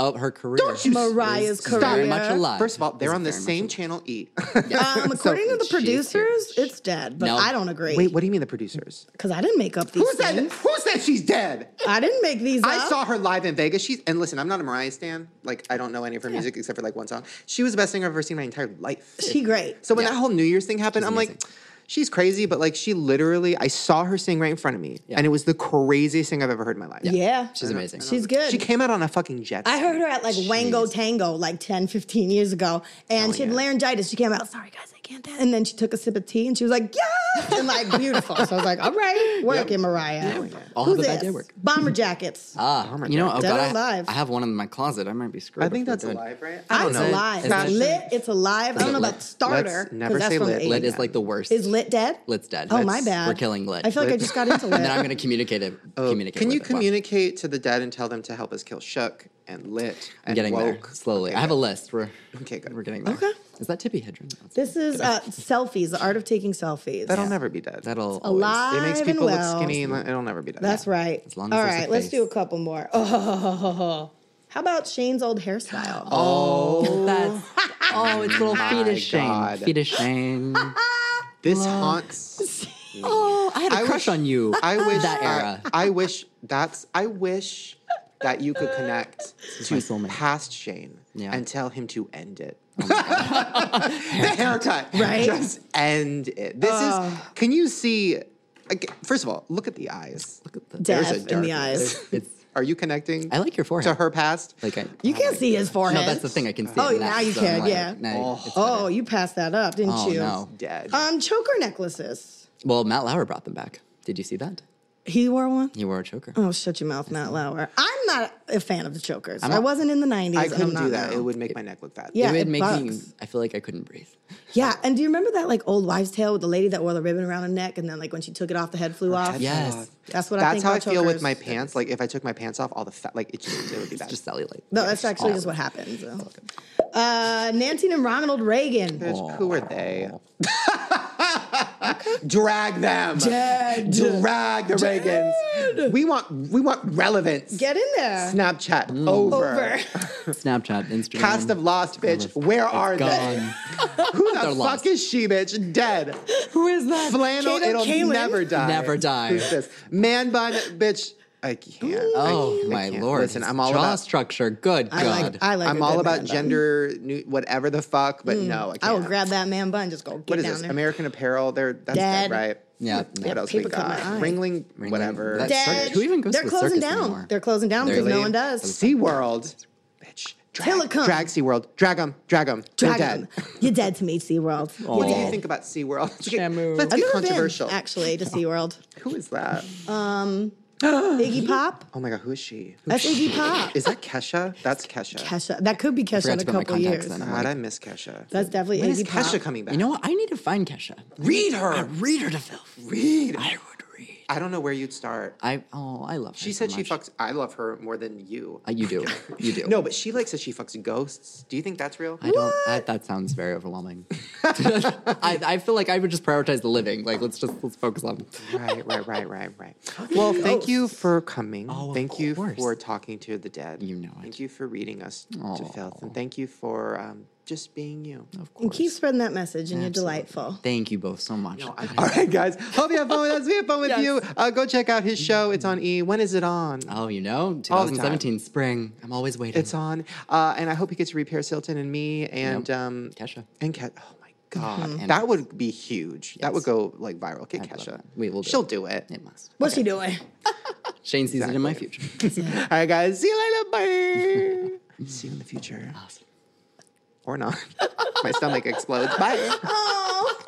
[SPEAKER 4] Oh, her career.
[SPEAKER 1] Don't you
[SPEAKER 2] Mariah's
[SPEAKER 4] is
[SPEAKER 2] career?
[SPEAKER 4] very much alive.
[SPEAKER 1] First of all, they're
[SPEAKER 4] Is
[SPEAKER 1] on the
[SPEAKER 4] very much
[SPEAKER 1] same channel.
[SPEAKER 4] alive.
[SPEAKER 1] E.
[SPEAKER 2] Um, according to the
[SPEAKER 4] she's huge.
[SPEAKER 2] producers, it's dead, but
[SPEAKER 4] No.
[SPEAKER 2] I don't agree.
[SPEAKER 1] Wait, what do you mean the producers?
[SPEAKER 2] Because I didn't make up these
[SPEAKER 1] Who said
[SPEAKER 2] things.
[SPEAKER 1] who said she's dead?
[SPEAKER 2] I didn't make these up.
[SPEAKER 1] I saw her live in Vegas. She's and listen, I'm not a Mariah stan. Like I don't know any of her music except for like one song. She was the best thing I've ever seen in my entire life.
[SPEAKER 2] She great.
[SPEAKER 1] so when
[SPEAKER 4] Yeah.
[SPEAKER 1] that whole New Year's thing happened, I'm like,
[SPEAKER 4] amazing.
[SPEAKER 1] she's crazy. But like she literally, I saw her sing right in front of me, and it was the craziest thing I've ever heard in my life.
[SPEAKER 2] Yeah.
[SPEAKER 4] She's amazing.
[SPEAKER 2] She's good.
[SPEAKER 1] She came out on a fucking jet.
[SPEAKER 2] I
[SPEAKER 1] ski.
[SPEAKER 2] heard her at like Wango Tango like 10, 15 years ago, and she had
[SPEAKER 1] Oh, yeah.
[SPEAKER 2] laryngitis. She came out, sorry guys, I can't dance. And then she took a sip of tea and she was like, yes! And like beautiful. so I was like, all right, work it, Mariah.
[SPEAKER 4] I'll
[SPEAKER 2] Who's
[SPEAKER 4] have a bad day
[SPEAKER 2] this?
[SPEAKER 4] at work.
[SPEAKER 2] Bomber jackets.
[SPEAKER 4] Ah,
[SPEAKER 1] my
[SPEAKER 4] you know,
[SPEAKER 1] God.
[SPEAKER 4] oh
[SPEAKER 2] Dead
[SPEAKER 4] God,
[SPEAKER 2] or
[SPEAKER 4] I-
[SPEAKER 2] alive?
[SPEAKER 4] I, have one in my closet. I might be screwed.
[SPEAKER 1] I think
[SPEAKER 4] before
[SPEAKER 1] that's
[SPEAKER 4] dead.
[SPEAKER 1] alive, right?
[SPEAKER 2] Ah,
[SPEAKER 1] don't
[SPEAKER 2] it's
[SPEAKER 1] know.
[SPEAKER 2] alive. It's
[SPEAKER 4] It's
[SPEAKER 2] not
[SPEAKER 4] actually-
[SPEAKER 2] lit. It's alive. I
[SPEAKER 4] Is
[SPEAKER 2] don't
[SPEAKER 4] it
[SPEAKER 2] know
[SPEAKER 4] lit?
[SPEAKER 2] about starter.
[SPEAKER 1] Let's
[SPEAKER 2] 'cause
[SPEAKER 1] never
[SPEAKER 2] that's
[SPEAKER 1] say
[SPEAKER 2] from the
[SPEAKER 1] lit.
[SPEAKER 4] Lit
[SPEAKER 2] 80s.
[SPEAKER 4] is like the worst.
[SPEAKER 2] Is lit dead?
[SPEAKER 4] Lit's dead.
[SPEAKER 2] Oh, my bad.
[SPEAKER 4] We're killing lit.
[SPEAKER 2] I feel like I just got into lit.
[SPEAKER 4] and then I'm going to communicate it. communicate
[SPEAKER 1] Oh, Can
[SPEAKER 4] with
[SPEAKER 1] you
[SPEAKER 4] it. Wow.
[SPEAKER 1] communicate to the dead and tell them to help us kill Shook and Lit and
[SPEAKER 4] I'm getting
[SPEAKER 1] Woke?
[SPEAKER 4] there slowly.
[SPEAKER 1] Okay,
[SPEAKER 4] I have a
[SPEAKER 1] good.
[SPEAKER 4] list. We're
[SPEAKER 1] Okay, good.
[SPEAKER 4] We're getting there.
[SPEAKER 2] Okay.
[SPEAKER 4] Is that Tippy Hedren?
[SPEAKER 2] This is uh, selfies, the art of taking selfies.
[SPEAKER 1] That'll never be dead.
[SPEAKER 4] That'll always.
[SPEAKER 2] Alive
[SPEAKER 1] It makes
[SPEAKER 2] and
[SPEAKER 1] people
[SPEAKER 2] well.
[SPEAKER 1] look skinny, and it'll never be done.
[SPEAKER 2] That's right.
[SPEAKER 4] As long as
[SPEAKER 2] All
[SPEAKER 4] there's a
[SPEAKER 2] right, let's
[SPEAKER 4] face.
[SPEAKER 2] do a couple more. Oh, how about Shane's old hairstyle?
[SPEAKER 4] Oh, that's. Oh, it's little
[SPEAKER 1] My
[SPEAKER 4] fetus shame.
[SPEAKER 1] God.
[SPEAKER 4] Fetus shame.
[SPEAKER 1] This haunts.
[SPEAKER 4] oh, I had a
[SPEAKER 1] I wish-
[SPEAKER 4] crush on you.
[SPEAKER 1] I wish
[SPEAKER 4] that
[SPEAKER 1] I-
[SPEAKER 4] era.
[SPEAKER 1] I, wish that's. I wish that you could connect
[SPEAKER 4] is
[SPEAKER 1] to
[SPEAKER 4] my soulmate.
[SPEAKER 1] past Shane
[SPEAKER 4] Yeah.
[SPEAKER 1] and tell him to end it. Oh the haircut,
[SPEAKER 2] Right?
[SPEAKER 1] Just end it. This is. Can you see? like, First of all, look at the eyes.
[SPEAKER 2] Death
[SPEAKER 1] there's a
[SPEAKER 2] in the
[SPEAKER 1] darkness.
[SPEAKER 2] eyes.
[SPEAKER 4] It's.
[SPEAKER 1] Are you connecting?
[SPEAKER 4] I like your forehead.
[SPEAKER 1] to her past.
[SPEAKER 4] Like I.
[SPEAKER 2] You can't see his forehead.
[SPEAKER 4] oh, No, that's the thing. I can see.
[SPEAKER 2] Oh,
[SPEAKER 4] it in
[SPEAKER 2] now
[SPEAKER 4] that,
[SPEAKER 2] you
[SPEAKER 4] so
[SPEAKER 2] can,
[SPEAKER 4] like,
[SPEAKER 2] yeah.
[SPEAKER 4] now it's
[SPEAKER 2] Oh,
[SPEAKER 4] better.
[SPEAKER 2] you passed that up, didn't
[SPEAKER 4] Oh,
[SPEAKER 2] you?
[SPEAKER 4] no.
[SPEAKER 1] dead.
[SPEAKER 2] Um, choker necklaces.
[SPEAKER 1] Oh.
[SPEAKER 4] Well, Matt Lauer brought them back. Did you see that?
[SPEAKER 2] He wore one.
[SPEAKER 4] He wore a choker.
[SPEAKER 1] Mm,
[SPEAKER 2] Oh, shut your mouth, Matt Lauer. I'm not a fan of the chokers.
[SPEAKER 4] I'm
[SPEAKER 2] I
[SPEAKER 4] not-
[SPEAKER 2] wasn't in the '90s.
[SPEAKER 1] I
[SPEAKER 2] and I'm
[SPEAKER 1] couldn't
[SPEAKER 2] not
[SPEAKER 1] do that.
[SPEAKER 2] now.
[SPEAKER 1] It would make my neck look fat.
[SPEAKER 2] Yeah,
[SPEAKER 4] it would
[SPEAKER 2] it
[SPEAKER 4] make me.
[SPEAKER 2] bugs.
[SPEAKER 4] I feel like I couldn't breathe.
[SPEAKER 2] Yeah, and do you remember that like old wives' tale with the lady that wore the ribbon around her neck, and then like when she took it off, the head flew off.
[SPEAKER 1] head
[SPEAKER 4] Yes.
[SPEAKER 1] God.
[SPEAKER 2] that's what I
[SPEAKER 1] That's
[SPEAKER 2] think.
[SPEAKER 1] how I
[SPEAKER 2] about
[SPEAKER 1] feel with
[SPEAKER 2] chokers.
[SPEAKER 1] my pants. Like if I took my pants off, all the fat, like it just it would be bad.
[SPEAKER 4] Just cellulite.
[SPEAKER 2] No, that's actually just what happened. so. Uh, Nancy and Ronald Reagan.
[SPEAKER 1] Bitch, who are they? Drag them.
[SPEAKER 2] Dead.
[SPEAKER 1] Drag the Reagans. We want we want relevance.
[SPEAKER 2] Get in there.
[SPEAKER 1] Snapchat
[SPEAKER 4] Mm.
[SPEAKER 1] over.
[SPEAKER 2] Over.
[SPEAKER 4] Snapchat, Instagram.
[SPEAKER 1] Cast of Lost, bitch. Where are they?
[SPEAKER 4] gone.
[SPEAKER 1] Who the
[SPEAKER 4] They're
[SPEAKER 1] fuck
[SPEAKER 4] lost.
[SPEAKER 1] is she, bitch? Dead.
[SPEAKER 4] Who is that?
[SPEAKER 1] Flannel.
[SPEAKER 2] Kato
[SPEAKER 1] it'll
[SPEAKER 2] Kalin?
[SPEAKER 1] never die.
[SPEAKER 4] Never die.
[SPEAKER 1] Who's this? Man bun, bitch. I can't. I
[SPEAKER 4] Oh
[SPEAKER 1] can't. I
[SPEAKER 4] my
[SPEAKER 1] can't.
[SPEAKER 4] lord!
[SPEAKER 1] Listen,
[SPEAKER 4] his
[SPEAKER 1] I'm all
[SPEAKER 4] jaw
[SPEAKER 1] about
[SPEAKER 4] structure. Good
[SPEAKER 2] I
[SPEAKER 4] God!
[SPEAKER 2] like. I like.
[SPEAKER 1] I'm
[SPEAKER 2] a
[SPEAKER 1] all
[SPEAKER 2] good
[SPEAKER 1] about
[SPEAKER 2] man bun. Mm.
[SPEAKER 1] gender, new, whatever the fuck. But no, I can't.
[SPEAKER 2] I will grab that man bun. Just go get
[SPEAKER 1] What is
[SPEAKER 2] down
[SPEAKER 1] this?
[SPEAKER 2] there.
[SPEAKER 1] American Apparel. They're that's dead,
[SPEAKER 2] Dead.
[SPEAKER 1] right?
[SPEAKER 4] Yeah,
[SPEAKER 1] What
[SPEAKER 4] no.
[SPEAKER 1] else we
[SPEAKER 2] paper cut
[SPEAKER 1] got?
[SPEAKER 2] my eye.
[SPEAKER 1] Ringling,
[SPEAKER 4] Ringling.
[SPEAKER 1] whatever.
[SPEAKER 4] That's
[SPEAKER 1] Dead.
[SPEAKER 4] circus. Who even goes
[SPEAKER 2] They're
[SPEAKER 4] to the
[SPEAKER 2] closing
[SPEAKER 4] circus
[SPEAKER 2] down.
[SPEAKER 4] anymore?
[SPEAKER 2] They're closing down because no
[SPEAKER 4] Really?
[SPEAKER 2] one does.
[SPEAKER 1] SeaWorld. Bitch. Drag,
[SPEAKER 2] Telecom.
[SPEAKER 1] Drag SeaWorld. Drag them. Drag them.
[SPEAKER 2] Drag
[SPEAKER 1] dead.
[SPEAKER 2] 'em. You're dead to me, SeaWorld. You're
[SPEAKER 1] What do
[SPEAKER 2] dead.
[SPEAKER 1] you think about SeaWorld? Let's get,
[SPEAKER 4] Shamu.
[SPEAKER 1] let's
[SPEAKER 2] I've
[SPEAKER 1] get
[SPEAKER 2] never
[SPEAKER 1] controversial.
[SPEAKER 2] been actually to SeaWorld.
[SPEAKER 1] Who is that?
[SPEAKER 2] Iggy Pop.
[SPEAKER 1] Oh my god, who is she? Who-
[SPEAKER 2] That's Iggy Pop.
[SPEAKER 1] Is that Kesha? That's Kesha.
[SPEAKER 2] Kesha. That could be Kesha
[SPEAKER 4] forgot
[SPEAKER 2] in a
[SPEAKER 4] to put my
[SPEAKER 2] couple years.
[SPEAKER 4] contacts in.
[SPEAKER 1] God, I miss Kesha.
[SPEAKER 2] That's definitely
[SPEAKER 1] when
[SPEAKER 2] Iggy
[SPEAKER 1] is
[SPEAKER 2] Pop.
[SPEAKER 1] Kesha coming back?
[SPEAKER 4] You know what? I need to find Kesha.
[SPEAKER 1] read her.
[SPEAKER 4] Read her to filth.
[SPEAKER 1] Read.
[SPEAKER 4] I would read.
[SPEAKER 1] I don't know where you'd start.
[SPEAKER 4] I oh, I love.
[SPEAKER 1] She
[SPEAKER 4] her
[SPEAKER 1] said
[SPEAKER 4] so
[SPEAKER 1] she
[SPEAKER 4] much.
[SPEAKER 1] fucks. I love her more than you.
[SPEAKER 4] Uh, you do. You do.
[SPEAKER 1] No, but she like says she fucks ghosts. Do you think that's real?
[SPEAKER 4] I don't. I, that sounds very overwhelming. I, I feel like I would just prioritize the living. Like let's just let's focus on.
[SPEAKER 1] right, right, right, right, right. Well, thank you for coming.
[SPEAKER 4] of
[SPEAKER 1] thank you
[SPEAKER 4] course.
[SPEAKER 1] for talking to the dead.
[SPEAKER 4] You know
[SPEAKER 1] Thank
[SPEAKER 4] it.
[SPEAKER 1] you for reading us to filth, and thank you for um, just being you.
[SPEAKER 4] Of
[SPEAKER 2] And
[SPEAKER 4] course.
[SPEAKER 2] keep spreading that message, and
[SPEAKER 4] Absolutely.
[SPEAKER 2] you're delightful.
[SPEAKER 4] Thank you both so much.
[SPEAKER 1] All right, guys. Hope you have fun with us. We have fun with
[SPEAKER 2] Yes.
[SPEAKER 1] you. Uh, go check out his show. It's on E. When is it on?
[SPEAKER 4] oh, you know,
[SPEAKER 1] All the time.
[SPEAKER 4] 2017 spring. I'm always waiting.
[SPEAKER 1] It's on. Uh, and I hope you get to read Paris Hilton and me and
[SPEAKER 4] Yep.
[SPEAKER 1] um,
[SPEAKER 4] Kesha.
[SPEAKER 1] And Ke- oh my god,
[SPEAKER 4] And-
[SPEAKER 1] that would be huge. That would
[SPEAKER 4] Yes.
[SPEAKER 1] go like viral. Get
[SPEAKER 4] I'd love
[SPEAKER 1] Kesha.
[SPEAKER 4] that. We will do
[SPEAKER 1] She'll
[SPEAKER 4] it.
[SPEAKER 1] do it.
[SPEAKER 4] It must.
[SPEAKER 2] What's she doing?
[SPEAKER 4] Shane sees it in my future.
[SPEAKER 1] All right, guys. See you later. Bye. See you in the future.
[SPEAKER 4] awesome.
[SPEAKER 1] Or not. my stomach explodes. Bye.
[SPEAKER 2] Oh.